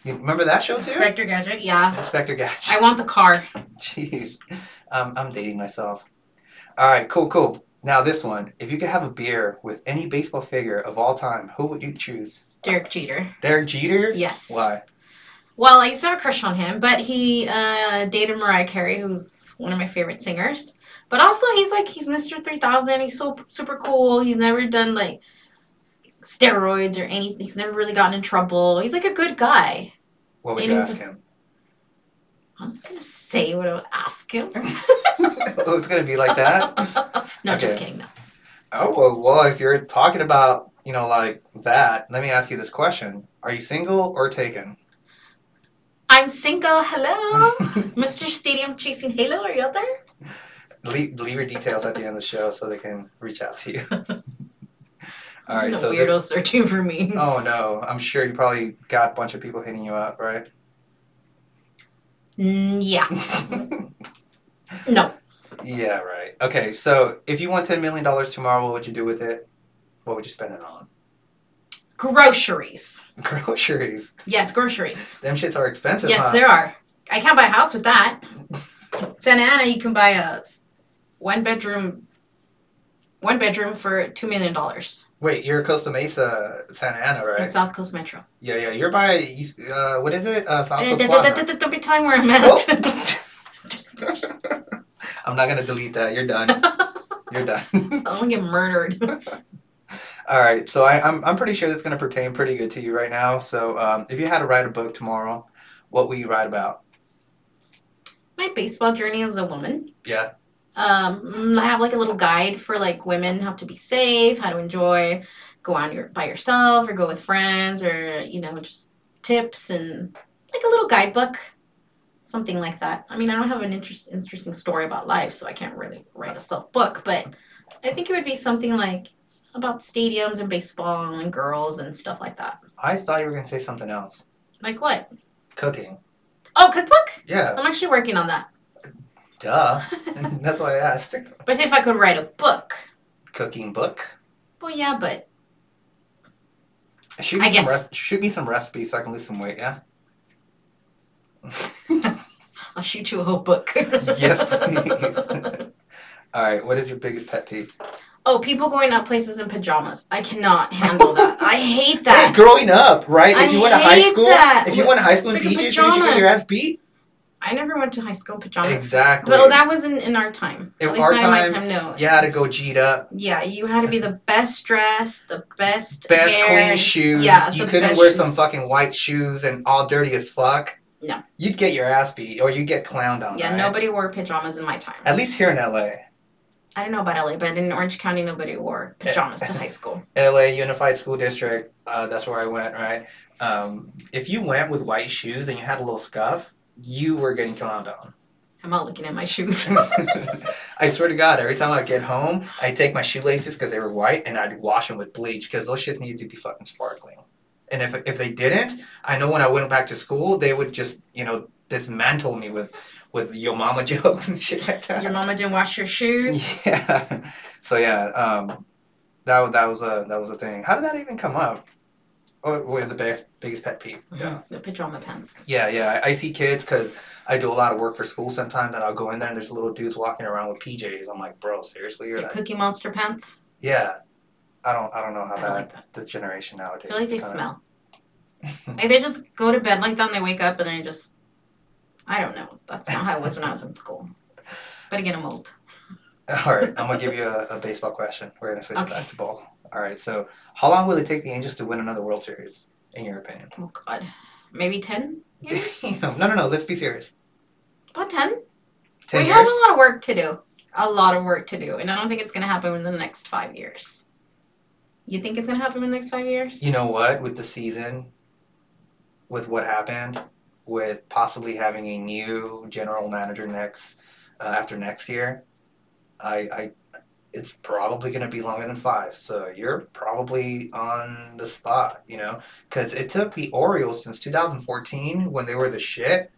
Speaker 2: You remember that show too?
Speaker 3: Inspector Gadget. Yeah.
Speaker 2: Inspector Gadget.
Speaker 3: I want the car.
Speaker 2: Jeez, um, I'm dating myself. All right, cool, cool. Now this one. If you could have a beer with any baseball figure of all time, who would you choose?
Speaker 3: Derek Jeter.
Speaker 2: Derek Jeter.
Speaker 3: Yes.
Speaker 2: Why?
Speaker 3: Well, I used to have a crush on him, but he uh, dated Mariah Carey, who's one of my favorite singers. But also, he's like he's Mr. Three Thousand. He's so super cool. He's never done like steroids or anything. He's never really gotten in trouble. He's like a good guy.
Speaker 2: What would
Speaker 3: It
Speaker 2: you
Speaker 3: is-
Speaker 2: ask him?
Speaker 3: I'm not gonna say what I would ask him.
Speaker 2: oh, it's gonna be like that.
Speaker 3: no, just
Speaker 2: Uh, Okay.
Speaker 3: kidding. No.
Speaker 2: Oh well, well, if you're talking about you know like that, let me ask you this question: Are you single or taken?
Speaker 3: I'm single. Hello, Mr. Stadium Chasing Halo. Are you out there?
Speaker 2: leave, leave your details at the end of the show so they can reach out to you. All
Speaker 3: No
Speaker 2: right, so
Speaker 3: weirdo
Speaker 2: this,
Speaker 3: searching for me.
Speaker 2: oh no, I'm sure you probably got a bunch of people hitting you up, right?
Speaker 3: Mm, yeah. No.
Speaker 2: yeah, right. Okay, so if you won ten million dollars tomorrow, what would you do with it? What would you spend it on?
Speaker 3: Groceries.
Speaker 2: Groceries.
Speaker 3: Yes, groceries.
Speaker 2: Them shits are expensive.
Speaker 3: Yes,
Speaker 2: huh?
Speaker 3: there are. I can't buy a house with that. Santa Ana, you can buy a one bedroom, one bedroom for two million dollars
Speaker 2: Wait, you're Costa Mesa, Santa Ana, right?
Speaker 3: in South Coast Metro.
Speaker 2: Yeah, yeah. You're by East- uh, what is it? Uh, South
Speaker 3: Uh, th-
Speaker 2: Coast
Speaker 3: th-
Speaker 2: Plaza.
Speaker 3: th- th- Don't be telling where I'm
Speaker 2: Oh.
Speaker 3: at.
Speaker 2: I'm not gonna delete that. You're done. You're done.
Speaker 3: I'm gonna get murdered.
Speaker 2: All right. So I, I'm I'm pretty sure that's gonna pertain pretty good to you right now. So um, if you had to write a book tomorrow, what would you write about?
Speaker 3: My baseball journey as a woman.
Speaker 2: Yeah.
Speaker 3: Um, I have like a little guide for like women how to be safe, how to enjoy, go on your by yourself or go with friends or you know just tips and like a little guidebook, something like that. I mean, I don't have an interest, interesting story about life, so I can't really write a self book, but I think it would be something like about stadiums and baseball and girls and stuff like that.
Speaker 2: I thought you were gonna say something else.
Speaker 3: Like what?
Speaker 2: Cooking.
Speaker 3: Oh, cookbook.
Speaker 2: Yeah.
Speaker 3: I'm actually working on that.
Speaker 2: Duh. that's why I asked.
Speaker 3: But if I could write a book,
Speaker 2: Cooking book.
Speaker 3: well, yeah, but
Speaker 2: Shoot
Speaker 3: I
Speaker 2: me some
Speaker 3: guess-
Speaker 2: rec- shoot me some recipes so I can lose some weight. Yeah.
Speaker 3: I'll shoot you a whole book.
Speaker 2: Yes, please. All right. What is your biggest pet peeve?
Speaker 3: oh, people going up places in pajamas. I cannot handle that. I hate that.
Speaker 2: Hey, growing up, right?
Speaker 3: I
Speaker 2: if you went to high
Speaker 3: hate
Speaker 2: school,
Speaker 3: that.
Speaker 2: if you went to high school in
Speaker 3: Freaking
Speaker 2: PJs, did you get your
Speaker 3: pajamas.
Speaker 2: ass beat?
Speaker 3: I never went to high school in pajamas.
Speaker 2: Exactly.
Speaker 3: Well, that wasn't in our time.
Speaker 2: In
Speaker 3: At least
Speaker 2: our
Speaker 3: not
Speaker 2: time,
Speaker 3: in my time, no.
Speaker 2: you had to go G'd up,
Speaker 3: Yeah, you had to be the best dressed, the best,
Speaker 2: best
Speaker 3: hair,
Speaker 2: clean shoes.
Speaker 3: yeah,
Speaker 2: you
Speaker 3: the
Speaker 2: couldn't
Speaker 3: best
Speaker 2: wear
Speaker 3: shoes.
Speaker 2: some fucking white shoes and all dirty as fuck.
Speaker 3: No.
Speaker 2: You'd get your ass beat, or you'd get clowned on.
Speaker 3: Yeah,
Speaker 2: right?
Speaker 3: nobody wore pajamas in my time.
Speaker 2: At least here in LA,
Speaker 3: I don't know about LA, but in Orange County, nobody wore pajamas to high school.
Speaker 2: LA Unified School District. Uh, that's where I went. Right. Um, if you went with white shoes and you had a little scuff, you were getting clowned on.
Speaker 3: I'm not looking at my shoes.
Speaker 2: I swear to God, every time I get home, I take my shoelaces because they were white and I'd wash them with bleach because those shits needed to be fucking sparkling. And if, if they didn't, I know when I went back to school, they would just, you know, dismantle me with, with yo mama jokes and shit like
Speaker 3: your
Speaker 2: that.
Speaker 3: mama didn't wash your shoes.
Speaker 2: Yeah. So yeah, um, that wa- that was a that was a thing. How did that even come up? Oh, with the best, biggest pet peeve.
Speaker 3: Mm-hmm.
Speaker 2: Yeah.
Speaker 3: The pajama pants.
Speaker 2: Yeah, yeah. I, I see kids because I do a lot of work for school sometimes, and I'll go in there and there's little dudes walking around with PJs. I'm like, bro, seriously? You're
Speaker 3: The
Speaker 2: not-"
Speaker 3: Cookie Monster pants.
Speaker 2: Yeah. I don't. I don't know how
Speaker 3: I don't
Speaker 2: that
Speaker 3: like that.
Speaker 2: this generation nowadays.
Speaker 3: I feel like they
Speaker 2: is kinda-
Speaker 3: smell. like they just go to bed like that and they wake up and they just I don't know. That's not how it was when I was in school. But again, I'm old.
Speaker 2: All right, I'm gonna give you a, a baseball question. We're gonna switch it
Speaker 3: Okay.
Speaker 2: back to ball. All right. So, how long will it take the Angels to win another World Series, in your opinion?
Speaker 3: Oh God, maybe ten years.
Speaker 2: Damn. No, no, no. Let's be serious.
Speaker 3: About ten.
Speaker 2: Ten
Speaker 3: we
Speaker 2: years.
Speaker 3: have a lot of work to do. A lot of work to do, and I don't think it's gonna happen within the next five years. You think it's gonna happen in the next five years?
Speaker 2: you know what? With the season, with what happened, with possibly having a new general manager next uh, after next year, I, I it's probably going to be longer than five. So you're probably on the spot, you know, because it took the Orioles since 2014 when they were the shit,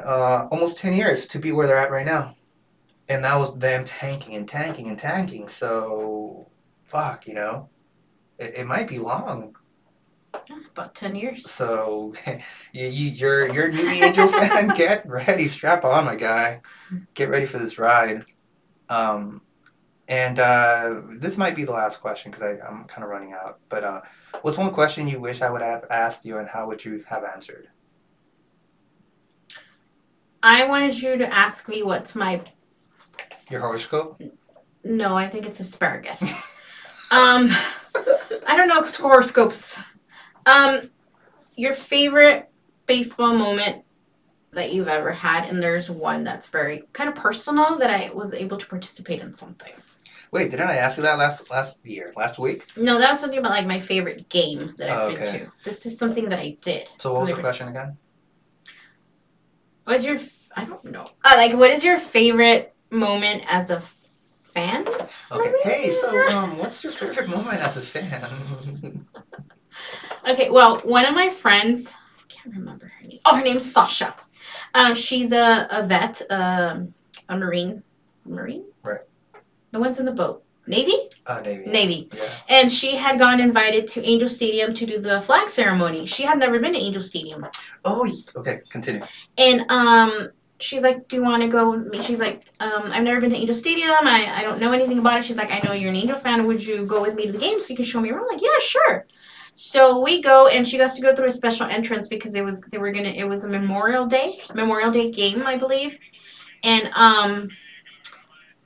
Speaker 2: uh, almost 10 years to be where they're at right now. And that was them tanking and tanking and tanking. So, fuck, you know, it, it might be long.
Speaker 3: About ten years.
Speaker 2: So you, you, you're you're a new Angel fan. Get ready, strap on, my guy. Get ready for this ride. Um, and uh, this might be the last question because I'm kind of running out. But uh, what's one question you wish I would have asked you, and how would you have answered?
Speaker 3: I wanted you to ask me what's my
Speaker 2: Your horoscope.
Speaker 3: No, I think it's asparagus. um, I don't know horoscopes. Um, your favorite baseball moment that you've ever had, and there's one that's very kind of personal that I was able to participate in something.
Speaker 2: Wait, didn't I ask you that last last year, last week?
Speaker 3: No, that was something about like my favorite game that I've
Speaker 2: Oh, okay.
Speaker 3: been to. This is something that I did.
Speaker 2: So what was the
Speaker 3: Something-
Speaker 2: question again?
Speaker 3: What's your? f- I don't know. Uh, like, what is your favorite moment as a fan?
Speaker 2: Okay. Hey, so um, what's your favorite moment as a fan?
Speaker 3: Okay, well, one of my friends, I can't remember her name. Oh, her name's Sasha. Um, she's a, a vet, um, a Marine. Marine?
Speaker 2: Right.
Speaker 3: The ones in the boat. Navy?
Speaker 2: oh, Navy.
Speaker 3: Navy.
Speaker 2: Yeah.
Speaker 3: And she had gone invited to Angel Stadium to do the flag ceremony. She had never been to Angel Stadium.
Speaker 2: Oh, y- okay. Continue.
Speaker 3: And um, she's like, Do you want to go with me? She's like, um, I've never been to Angel Stadium. I, I don't know anything about it. She's like, I know you're an Angel fan. Would you go with me to the game so you can show me around? I'm like, yeah, sure. So we go, and she got to go through a special entrance because it was they were gonna it was a Memorial Day Memorial Day game, I believe, and um,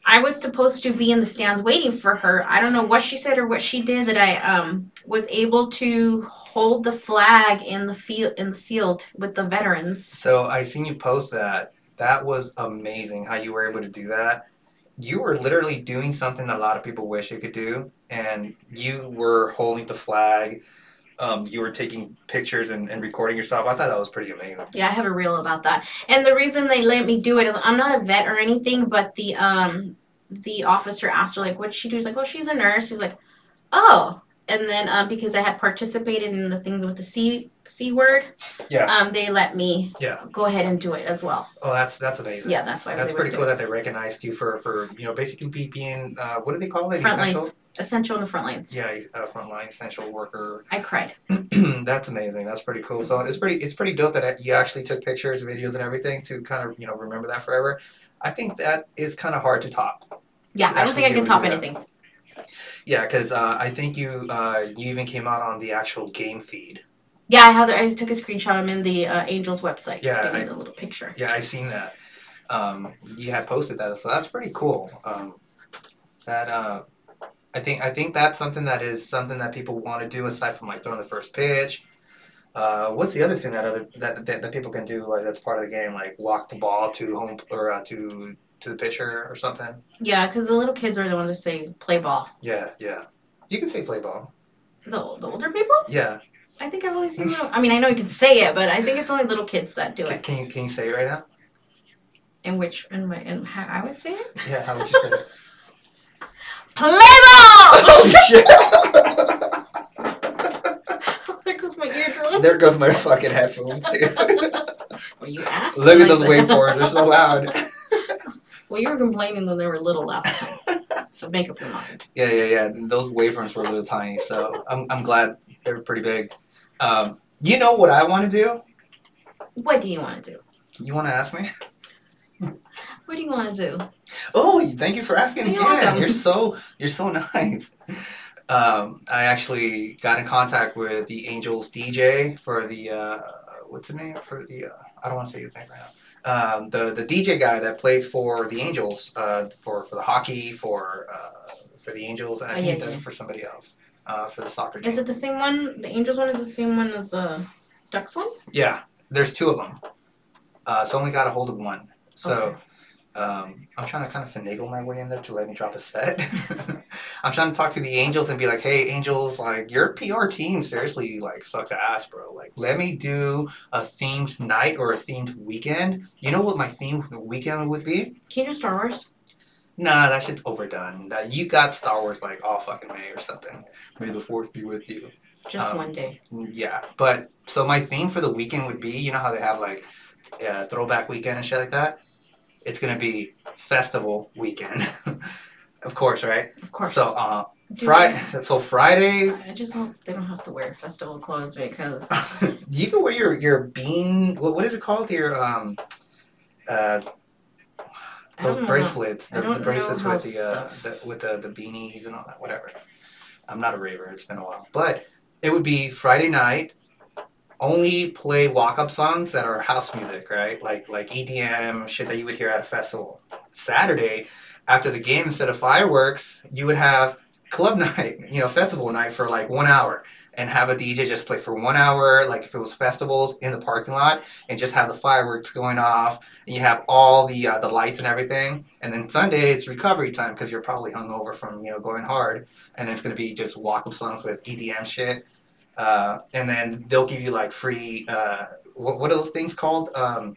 Speaker 3: I was supposed to be in the stands waiting for her. I don't know what she said or what she did that I um was able to hold the flag in the field in the field with the veterans.
Speaker 2: So I seen you post that. That was amazing how you were able to do that. You were literally doing something that a lot of people wish you could do, and you were holding the flag. Um, you were taking pictures and, and recording yourself. I thought that was pretty amazing.
Speaker 3: Yeah, I have a reel about that. And the reason they let me do it is I'm not a vet or anything, but the um the officer asked her like, "What'd she do?" She's like, "Oh, she's a nurse." She's like, "Oh." And then um, because I had participated in the things with the c c word,
Speaker 2: Yeah.
Speaker 3: um, they let me
Speaker 2: Yeah.
Speaker 3: go ahead and do it as well.
Speaker 2: Oh, that's that's amazing.
Speaker 3: Yeah, that's why
Speaker 2: that's
Speaker 3: they
Speaker 2: pretty
Speaker 3: were
Speaker 2: cool
Speaker 3: doing
Speaker 2: that they recognized you for for you know basically be- being uh, what do they call it?
Speaker 3: Front
Speaker 2: essential.
Speaker 3: lines. essential in the front lines.
Speaker 2: Yeah, uh, frontline essential worker.
Speaker 3: I cried.
Speaker 2: that's amazing. That's pretty cool. So it's pretty it's pretty dope that you actually took pictures, videos, and everything to kind of you know remember that forever. I think that is kind of hard to top.
Speaker 3: Yeah, I don't think I
Speaker 2: Actually,
Speaker 3: can top
Speaker 2: yeah.
Speaker 3: anything.
Speaker 2: Yeah, because uh, I think you uh, you even came out on the actual game feed.
Speaker 3: Yeah, I have. The, I took a screenshot. I'm in the uh, Angels website.
Speaker 2: Yeah,
Speaker 3: they
Speaker 2: I-
Speaker 3: made a little picture.
Speaker 2: Yeah, I seen that. Um, you had posted that, so that's pretty cool. Um, that uh, I think I think that's something that is something that people want to do aside from like throwing the first pitch. Uh, what's the other thing that other that, that that people can do like that's part of the game like walk the ball to home or uh, to to the pitcher or something.
Speaker 3: Yeah, because the little kids are the ones that say play ball.
Speaker 2: Yeah, yeah. You can say play ball.
Speaker 3: The, the older people.
Speaker 2: Yeah.
Speaker 3: I think I've only seen little. I mean, I know you can say it, but I think it's only little kids that do
Speaker 2: Can,
Speaker 3: it.
Speaker 2: can you can you say it right now?
Speaker 3: In which, in my, in how I would say it,
Speaker 2: Yeah. How would you say it? Oh,
Speaker 3: play ball.
Speaker 2: shit!
Speaker 3: there goes my eardrum.
Speaker 2: there goes my fucking headphones, dude.
Speaker 3: Well, you asked.
Speaker 2: Look
Speaker 3: them, I
Speaker 2: at those
Speaker 3: said-
Speaker 2: waveforms. They're so loud.
Speaker 3: Well, you were complaining that they were little last time, so make up your mind.
Speaker 2: Yeah, yeah, yeah. Those waveforms were a little tiny, so I'm, I'm glad they're pretty big. Um, you know what I want to do?
Speaker 3: What do you want to do?
Speaker 2: You want to ask me?
Speaker 3: What do you want to do?
Speaker 2: Oh, thank you for asking
Speaker 3: You're
Speaker 2: again.
Speaker 3: welcome.
Speaker 2: You're so you're so nice. Um, I actually got in contact with the Angels DJ for the uh, what's the name for the uh, I don't want to say his name right now. Um, the the DJ guy that plays for the Angels uh, for for the hockey for uh, for the Angels, and I
Speaker 3: Oh,
Speaker 2: think
Speaker 3: yeah,
Speaker 2: he does
Speaker 3: yeah.
Speaker 2: it for somebody else uh, for the soccer team.
Speaker 3: Is it the same one? The Angels one is the same one as the Ducks one?
Speaker 2: Yeah, there's two of them. Uh, so I only got a hold of one. So um, I'm trying to kind of finagle my way in there to let me drop a set. I'm trying to talk to the Angels and be like, hey, Angels, like your PR team seriously like sucks ass, bro. Like, let me do a themed night or a themed weekend. You know what my theme for the weekend would be?
Speaker 3: Can you do Star Wars?
Speaker 2: Nah, that shit's overdone. That you got Star Wars like all fucking May or something. May the fourth be with you.
Speaker 3: Just
Speaker 2: Um,
Speaker 3: one day.
Speaker 2: Yeah, but so my theme for the weekend would be, you know how they have like uh, throwback weekend and shit like that. It's gonna be festival weekend, of course, right?
Speaker 3: Of course.
Speaker 2: So uh,
Speaker 3: Do
Speaker 2: Friday, so Friday,
Speaker 3: I just hope they don't have to wear festival clothes because
Speaker 2: you can wear your your bean. What, what is it called? Your um, uh,
Speaker 3: I
Speaker 2: those
Speaker 3: don't know.
Speaker 2: bracelets,
Speaker 3: I
Speaker 2: the,
Speaker 3: don't
Speaker 2: the
Speaker 3: know
Speaker 2: bracelets
Speaker 3: how
Speaker 2: with the, uh,
Speaker 3: stuff-
Speaker 2: the with the the beanies and all that, whatever. I'm not a raver. It's been a while, but it would be Friday night. Only play walk-up songs that are house music, right? Like like EDM shit that you would hear at a festival. Saturday, after the game, instead of fireworks, you would have club night, you know, festival night for like one hour, and have a DJ just play for one hour. Like if it was festivals in the parking lot, and just have the fireworks going off and you have all the uh, the lights and everything. And then Sunday it's recovery time because you're probably hungover from you know going hard, and it's gonna be just walk up songs with EDM shit. Uh, and then they'll give you like free uh, what, what are those things called? Um,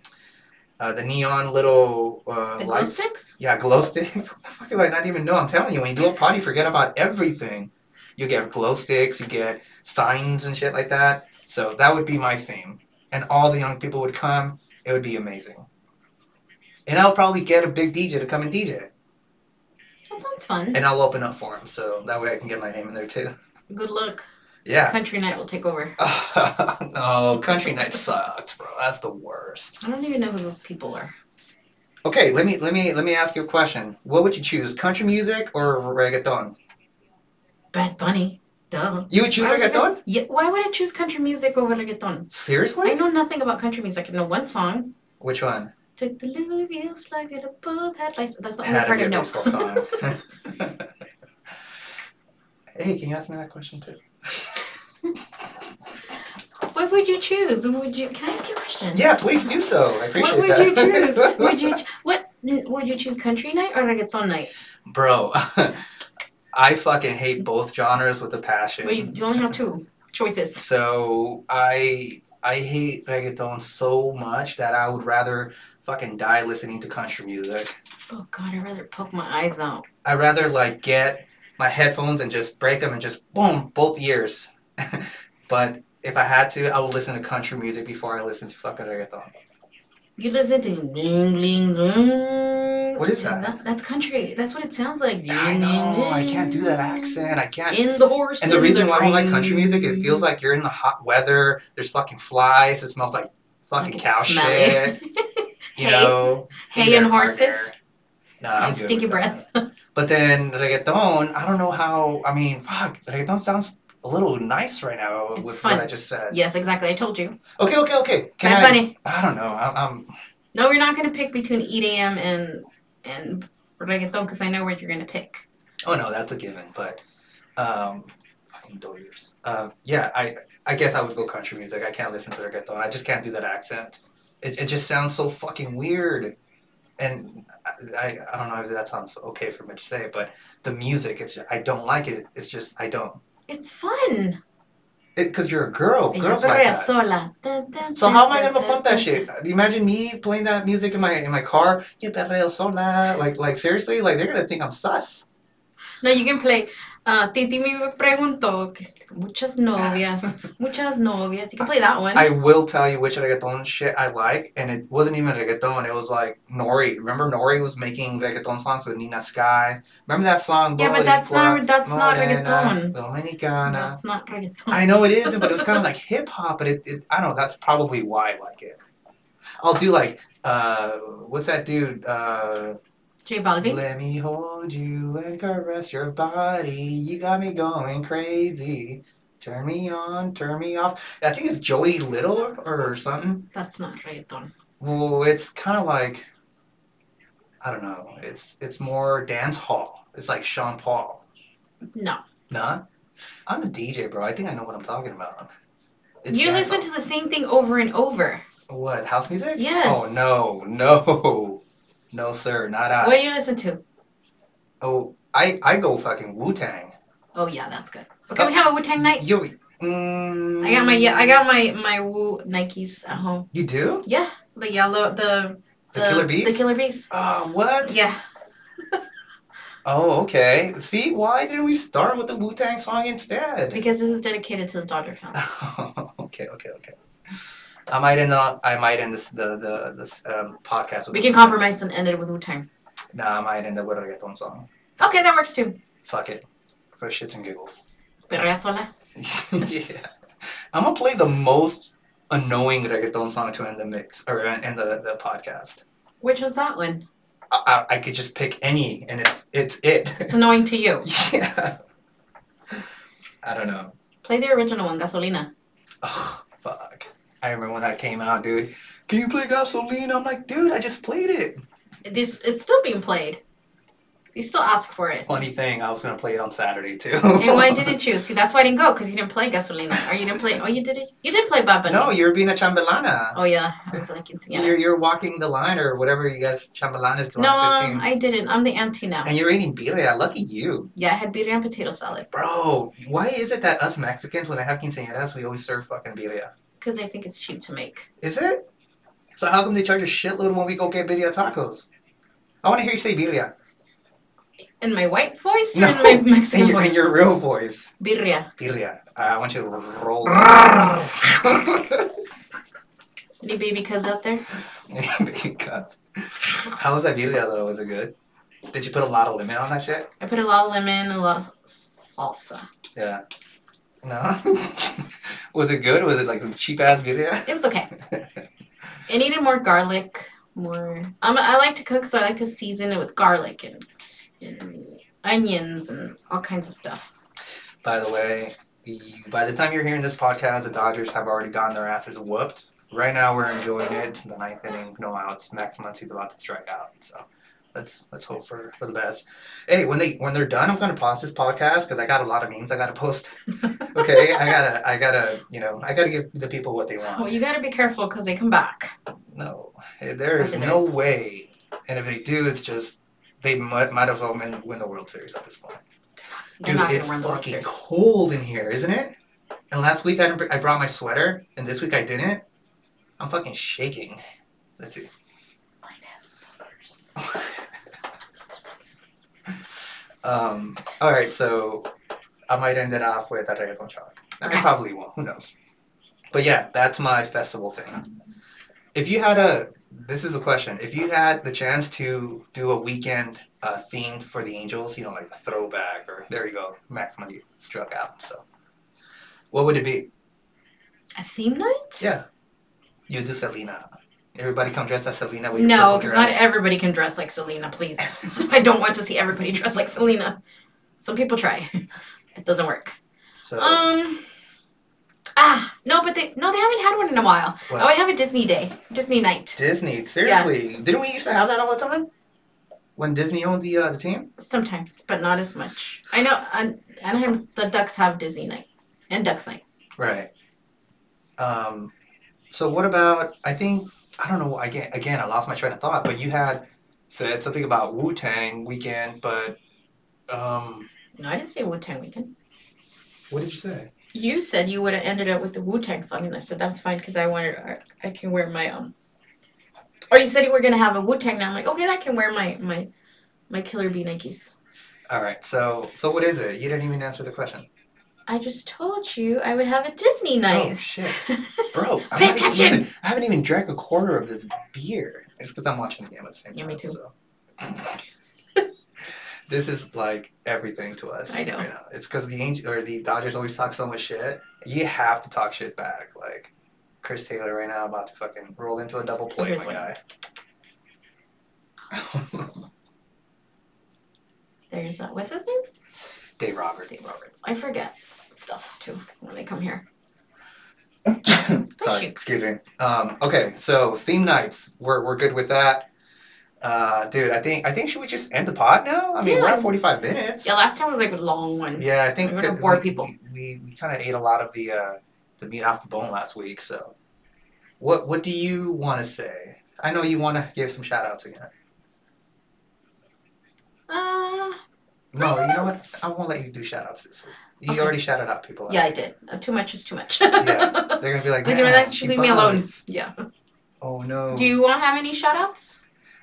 Speaker 2: uh, the neon little uh,
Speaker 3: the glow
Speaker 2: lights.
Speaker 3: sticks?
Speaker 2: Yeah, glow sticks. What the fuck do I not even know? I'm telling you, when you do a party, forget about everything. You get glow sticks, you get signs and shit like that. So that would be my theme. And all the young people would come. It would be amazing. And I'll probably get a big DJ to come and DJ.
Speaker 3: That sounds fun.
Speaker 2: And I'll open up for him. So that way I can get my name in there too.
Speaker 3: Good luck.
Speaker 2: Yeah.
Speaker 3: Country night will take over.
Speaker 2: no, Country Night sucks, bro. That's the worst.
Speaker 3: I don't even know who those people are.
Speaker 2: Okay, let me let me let me ask you a question. What would you choose? Country music or reggaeton?
Speaker 3: Bad Bunny. Duh.
Speaker 2: You would choose
Speaker 3: Why would you-
Speaker 2: reggaeton?
Speaker 3: Yeah, why would I choose country music over reggaeton?
Speaker 2: Seriously?
Speaker 3: I know nothing about country music. I know one song.
Speaker 2: Which one?
Speaker 3: Took the Louis Vuitton, slug it up both headlights. That's the only
Speaker 2: Had a
Speaker 3: part I
Speaker 2: good
Speaker 3: know.
Speaker 2: baseball song. hey, can you ask me that question too?
Speaker 3: what would you choose? Would you? Can I ask you a question?
Speaker 2: Yeah, please do so. I
Speaker 3: What
Speaker 2: appreciate
Speaker 3: would
Speaker 2: that.
Speaker 3: you choose? would you ch- what would you choose? Country night or reggaeton night?
Speaker 2: Bro, I fucking hate both genres with a passion.
Speaker 3: Well, you, you only have two choices.
Speaker 2: So I I hate reggaeton so much that I would rather fucking die listening to country music.
Speaker 3: Oh God, I'd rather poke my eyes out.
Speaker 2: I'd rather like get my headphones and just break them and just boom both ears. but if I had to, I would listen to country music before I listen to fucking reggaeton.
Speaker 3: You listen to ding ding ding.
Speaker 2: What is that?
Speaker 3: That's country. That's what it sounds like.
Speaker 2: I know. I can't do that accent. I can't.
Speaker 3: In the horse.
Speaker 2: And the reason why I don't like
Speaker 3: train.
Speaker 2: country music, it feels like you're in the hot weather. There's fucking flies. It smells like
Speaker 3: I
Speaker 2: fucking
Speaker 3: can
Speaker 2: cow
Speaker 3: smell
Speaker 2: shit.
Speaker 3: it.
Speaker 2: You
Speaker 3: Hay.
Speaker 2: know,
Speaker 3: Hay
Speaker 2: Hey
Speaker 3: and horses.
Speaker 2: No, I'm good
Speaker 3: Stinky
Speaker 2: with that.
Speaker 3: breath.
Speaker 2: But then reggaeton, I don't know how. I mean, fuck, reggaeton sounds a little nice right now
Speaker 3: It's
Speaker 2: with
Speaker 3: fun.
Speaker 2: what I just said.
Speaker 3: Yes, exactly. I told you.
Speaker 2: Okay, okay, okay. Can
Speaker 3: Bad
Speaker 2: I?
Speaker 3: Bunny.
Speaker 2: I don't know. I, I'm.
Speaker 3: No, you're not gonna pick between EDM and and reggaeton because I know what you're gonna pick.
Speaker 2: Oh no, that's a given. But, um, fucking Doyers. Uh, yeah, I. I guess I would go country music. I can't listen to reggaeton. I just can't do that accent. It, it just sounds so fucking weird. And I, I, I don't know if that sounds okay for me to say, but the music, it's I don't like it. It's just I don't.
Speaker 3: It's fun.
Speaker 2: Because you're a girl.
Speaker 3: And
Speaker 2: Oh, Girls
Speaker 3: you're
Speaker 2: like that.
Speaker 3: sola. Dun, dun,
Speaker 2: So
Speaker 3: dun,
Speaker 2: how am I
Speaker 3: dun,
Speaker 2: gonna
Speaker 3: dun,
Speaker 2: pump that
Speaker 3: dun,
Speaker 2: shit? Imagine me playing that music in my in my car. You perreo sola. Like like seriously, like they're gonna think I'm sus.
Speaker 3: No, you can play. Uh, Titi me preguntó que este, muchas novias, muchas novias. You can play that one.
Speaker 2: I will tell you which reggaeton shit I like, and it wasn't even reggaeton. It was like Nori. Remember Nori was making reggaeton songs with Nina Sky. Remember that song?
Speaker 3: yeah, but that's not that's not reggaeton.
Speaker 2: Dominicana.
Speaker 3: That's not reggaeton.
Speaker 2: I know it isn't, but it was kind of like hip hop. But it, it, I don't know. That's probably why I like it. I'll do like uh, what's that dude? Uh,
Speaker 3: J Balvin.
Speaker 2: Let me hold you and caress your body. You got me going crazy. Turn me on, turn me off. I think it's Joey Little or something.
Speaker 3: That's not reggaeton.
Speaker 2: Well, it's kind of like I don't know. It's it's more dance hall. It's like Sean Paul.
Speaker 3: No.
Speaker 2: Nah, I'm a DJ, bro. I think I know what I'm talking about. It's
Speaker 3: you
Speaker 2: Jack-
Speaker 3: listen to the same thing over and over.
Speaker 2: what house music?
Speaker 3: Yes.
Speaker 2: Oh no, no, no, sir, not I.
Speaker 3: What do you listen to?
Speaker 2: Oh, I I go fucking Wu Tang.
Speaker 3: Oh yeah, that's good. Okay, we have a Wu Tang night.
Speaker 2: You. Mm,
Speaker 3: I got my yeah, I got my my Wu Nikes at home.
Speaker 2: You do?
Speaker 3: Yeah, the yellow, the
Speaker 2: The Killer Bees?
Speaker 3: the Killer Bees.
Speaker 2: Uh, what?
Speaker 3: Yeah,
Speaker 2: Oh, okay. See, why didn't we start with the Wu Tang song instead?
Speaker 3: because this is dedicated to the daughter film.
Speaker 2: okay, okay, okay. I might end up. I might end this the the this um, podcast with.
Speaker 3: We can compromise and end it with Wu Tang.
Speaker 2: Nah, I might end up with a reggaeton song.
Speaker 3: Okay, that works too.
Speaker 2: Fuck it, for shits and giggles.
Speaker 3: Perrea sola.
Speaker 2: yeah. I'm gonna play the most annoying reggaeton song to end the mix or uh, end the, the podcast.
Speaker 3: Which one's that one?
Speaker 2: I, I, I could just pick any, and it's it's it.
Speaker 3: It's annoying to you.
Speaker 2: yeah. I don't know.
Speaker 3: Play the original one, Gasolina.
Speaker 2: Oh fuck! I remember when that came out, dude. Can you play Gasoline? I'm like, dude, I just played it.
Speaker 3: This it's still being played. You still ask for it.
Speaker 2: Funny thing, I was gonna play it on Saturday too.
Speaker 3: And why didn't you? See, that's why I didn't go because you didn't play Gasolina, or you didn't play. Oh, you did it. You did play Baba.
Speaker 2: No, you're being a chambelana.
Speaker 3: Oh yeah, I was like, it's yeah.
Speaker 2: You're you're walking the line or whatever you guys chambelanas do
Speaker 3: No,
Speaker 2: on
Speaker 3: um,
Speaker 2: 15.
Speaker 3: I didn't. I'm the auntie now.
Speaker 2: and you're eating birria. Lucky you.
Speaker 3: Yeah, I had birria and potato salad
Speaker 2: Bro, why is it that us Mexicans, when I have quinceañeras, we always serve fucking birria?
Speaker 3: because I think it's cheap to make.
Speaker 2: Is it? So how come they charge a shitload when we go get birria tacos? I want to hear you say birria
Speaker 3: In my white voice or
Speaker 2: No,
Speaker 3: in my
Speaker 2: in
Speaker 3: Mexican
Speaker 2: your, in
Speaker 3: voice?
Speaker 2: your real voice.
Speaker 3: Birria.
Speaker 2: Birria. I I want you to roll.
Speaker 3: Any baby cubs out there?
Speaker 2: Big cups. How was that birria though? Was it good? Did you put a lot of lemon on that shit?
Speaker 3: I put a lot of lemon, a lot of salsa.
Speaker 2: Yeah. No. was it good? Was it like cheap ass birria?
Speaker 3: It was okay. It needed more garlic, more. Um, I like to cook, so I like to season it with garlic and, and onions and all kinds of stuff.
Speaker 2: By the way, you- by the time you're hearing this podcast, the Dodgers have already gotten their asses whooped. Right now, we're enjoying it. The ninth inning, no outs. Max Muncy's about to strike out, so let's let's hope for, for the best. Hey, when they when they're done, I'm gonna pause this podcast because I got a lot of memes I gotta post. okay, I gotta I gotta you know I gotta give the people what they want.
Speaker 3: Well, you gotta be careful because they come back.
Speaker 2: No, there is
Speaker 3: Okay,
Speaker 2: no
Speaker 3: there's-
Speaker 2: way. And if they do, it's just they might might as well win, win the World Series at this point.
Speaker 3: They're
Speaker 2: Dude,
Speaker 3: not gonna
Speaker 2: it's
Speaker 3: run the World
Speaker 2: fucking
Speaker 3: Series.
Speaker 2: cold in here, isn't it? And last week I didn't, br- I brought my sweater, and this week I didn't. I'm fucking shaking. Let's see. Um. All right, so I might end it off with a reggaeton challenge. I
Speaker 3: Okay.
Speaker 2: probably won't. Who knows? But yeah, that's my festival thing. If you had a, this is a question. If you had the chance to do a weekend uh, themed for the Angels, you know, like throwback or there you go, Max Money struck out. So, what would it be?
Speaker 3: A theme night?
Speaker 2: Yeah, you do Selena. Everybody come dressed as Selena. With your
Speaker 3: No,
Speaker 2: purple
Speaker 3: because not e-
Speaker 2: dress.
Speaker 3: everybody can dress like Selena, please. I don't want to see everybody dress like Selena. Some people try. It doesn't work.
Speaker 2: So,
Speaker 3: Um Ah, no, but they no, they haven't had one in a while. Oh,
Speaker 2: what?
Speaker 3: I would have a Disney day. Disney night.
Speaker 2: Disney. Seriously, didn't we used to have that all the time? When Disney owned the uh, the team.
Speaker 3: Sometimes, but not as much. I know An- Anaheim the Ducks have Disney night. And Ducks night.
Speaker 2: Right. Um, so what about? I think I don't know. Again, again, I lost my train of thought. But you had said something about Wu Tang weekend, but um,
Speaker 3: No, I didn't say Wu Tang weekend.
Speaker 2: what did you say?
Speaker 3: You said you would have ended up with the Wu Tang song, and I said that's fine because I wanted I, I can wear my um. Or you said you were gonna have a Wu Tang. Now I'm like, okay, I can wear my my my Killer Bee Nikes.
Speaker 2: All right. So so what is it? You didn't even answer the question.
Speaker 3: I just told you I would have a Disney
Speaker 2: Oh
Speaker 3: night.
Speaker 2: shit, bro! I'm
Speaker 3: Pay
Speaker 2: not even-
Speaker 3: attention!
Speaker 2: I haven't even drank a quarter of this beer. It's because I'm watching the game at the same time.
Speaker 3: Yeah, me too.
Speaker 2: so. this is like everything to us.
Speaker 3: I know.
Speaker 2: right now. It's because the Angel or the Dodgers always talk so much shit. You have to talk shit back. Like Chris Taylor right now about to fucking roll into a double play,
Speaker 3: Here's
Speaker 2: my
Speaker 3: one.
Speaker 2: guy.
Speaker 3: There's uh, what's his name?
Speaker 2: Dave Roberts.
Speaker 3: Dave Roberts. I forget stuff too when they come here.
Speaker 2: Sorry,
Speaker 3: you.
Speaker 2: excuse me. Um, okay, so theme nights, we're, we're good with that. Uh, dude, I think I think should we just end the pod now? I mean, we're at
Speaker 3: Yeah.
Speaker 2: 45 minutes.
Speaker 3: Yeah, last time was like a long one.
Speaker 2: Yeah, I think
Speaker 3: We're gonna
Speaker 2: 'cause
Speaker 3: bore
Speaker 2: we,
Speaker 3: people.
Speaker 2: We, we, we kind of ate a lot of the uh, the meat off the bone last week. So, what what do you want to say? I know you want to give some shout outs again.
Speaker 3: Uh,
Speaker 2: No, you know what? I won't let you do shout outs this week. You
Speaker 3: Okay.
Speaker 2: already shouted out people.
Speaker 3: yeah, I did. Uh, too much is too much.
Speaker 2: Yeah. They're gonna be like,
Speaker 3: Like, you're
Speaker 2: "Man,
Speaker 3: like,
Speaker 2: she
Speaker 3: leave me alone.
Speaker 2: bugged."
Speaker 3: Yeah.
Speaker 2: Oh no.
Speaker 3: Do you want to have any shout outs?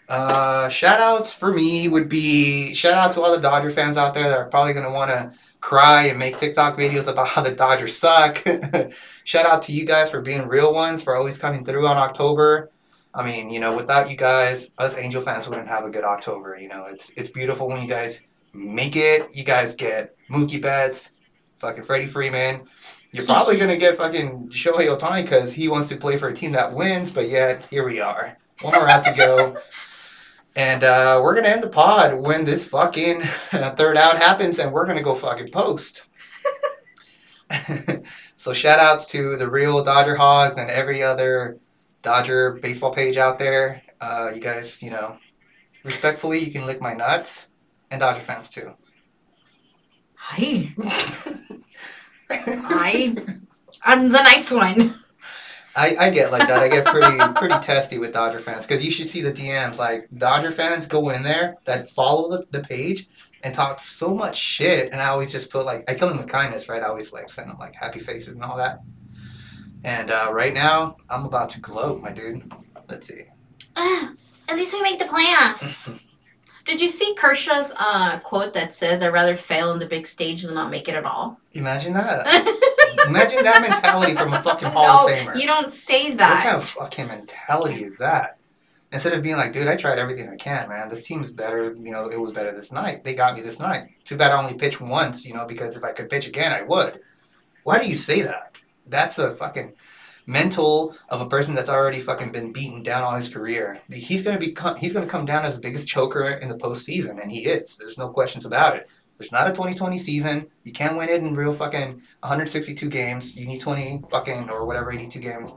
Speaker 2: Uh, shout outs for me would be shout out to all the Dodger fans out there that are probably going to want to cry and make TikTok videos about how the Dodgers suck. shout out to you guys for being real ones, for always coming through on October. I mean, you know, without you guys, us Angel fans wouldn't have a good October. You know, it's it's beautiful when you guys make it. You guys get Mookie Betts, fucking Freddie Freeman. You're probably going to get fucking Shohei Otani because he wants to play for a team that wins, but yet here we are. One more out to go. And uh, we're gonna end the pod when this fucking third out happens, and we're gonna go fucking post. so shout outs to the real Dodger Hogs and every other Dodger baseball page out there. Uh, you guys, you know, respectfully, you can lick my nuts, and Dodger fans too.
Speaker 3: Hi. I, I'm the nice one.
Speaker 2: I, I get like that. I get pretty pretty testy with Dodger fans because you should see the DMs. Like Dodger fans go in there that follow the, the page and talk so much shit, and I always just put like I kill them with kindness, right? I always like send them like happy faces and all that. And uh, right now, I'm about to gloat, my dude. Let's see.
Speaker 3: at least we make the playoffs. Did you see Kershaw's uh, quote that says, I'd rather fail in the big stage than not make it at all?
Speaker 2: Imagine that. Imagine that mentality from a fucking Hall
Speaker 3: Oh, no,
Speaker 2: of Famer.
Speaker 3: you don't say
Speaker 2: What kind
Speaker 3: that.
Speaker 2: of fucking mentality is that? Instead of being like, dude, I tried everything I can, man. This team's better. You know, it was better this night. They got me this night. Too bad I only pitched once, you know, because if I could pitch again, I would. Why do you say that? That's a fucking mental of a person that's already fucking been beaten down all his career. He's gonna become. He's gonna come down as the biggest choker in the postseason, and he is. There's no questions about it. There's not a 2020 season. You can't win it in real fucking 162 games. You need 20 fucking or whatever 82 games.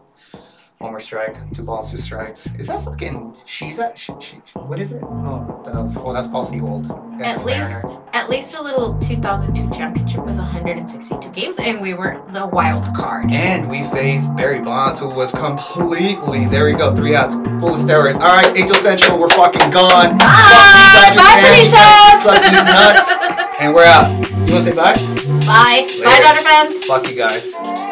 Speaker 2: One more strike, two balls, two strikes. Is that fucking? She's that? She, she, what is it? Oh, that was, well, that's Paul Seawold. That's
Speaker 3: At least-
Speaker 2: Mariner.
Speaker 3: At least our little 2002 championship was 162 games, and we were the wild card.
Speaker 2: And we faced Barry Bonds, who was completely there. We go, three outs, full of steroids. All right, Angel Central, we're fucking gone.
Speaker 3: Bye!
Speaker 2: Fuck you, Dodger
Speaker 3: Ah, Bye,
Speaker 2: fans.
Speaker 3: Felicia!
Speaker 2: Suck these nuts, and we're out. You wanna say bye?
Speaker 3: Bye. Bye,
Speaker 2: Later.
Speaker 3: Dodger fans.
Speaker 2: Fuck you guys.
Speaker 1: Bye.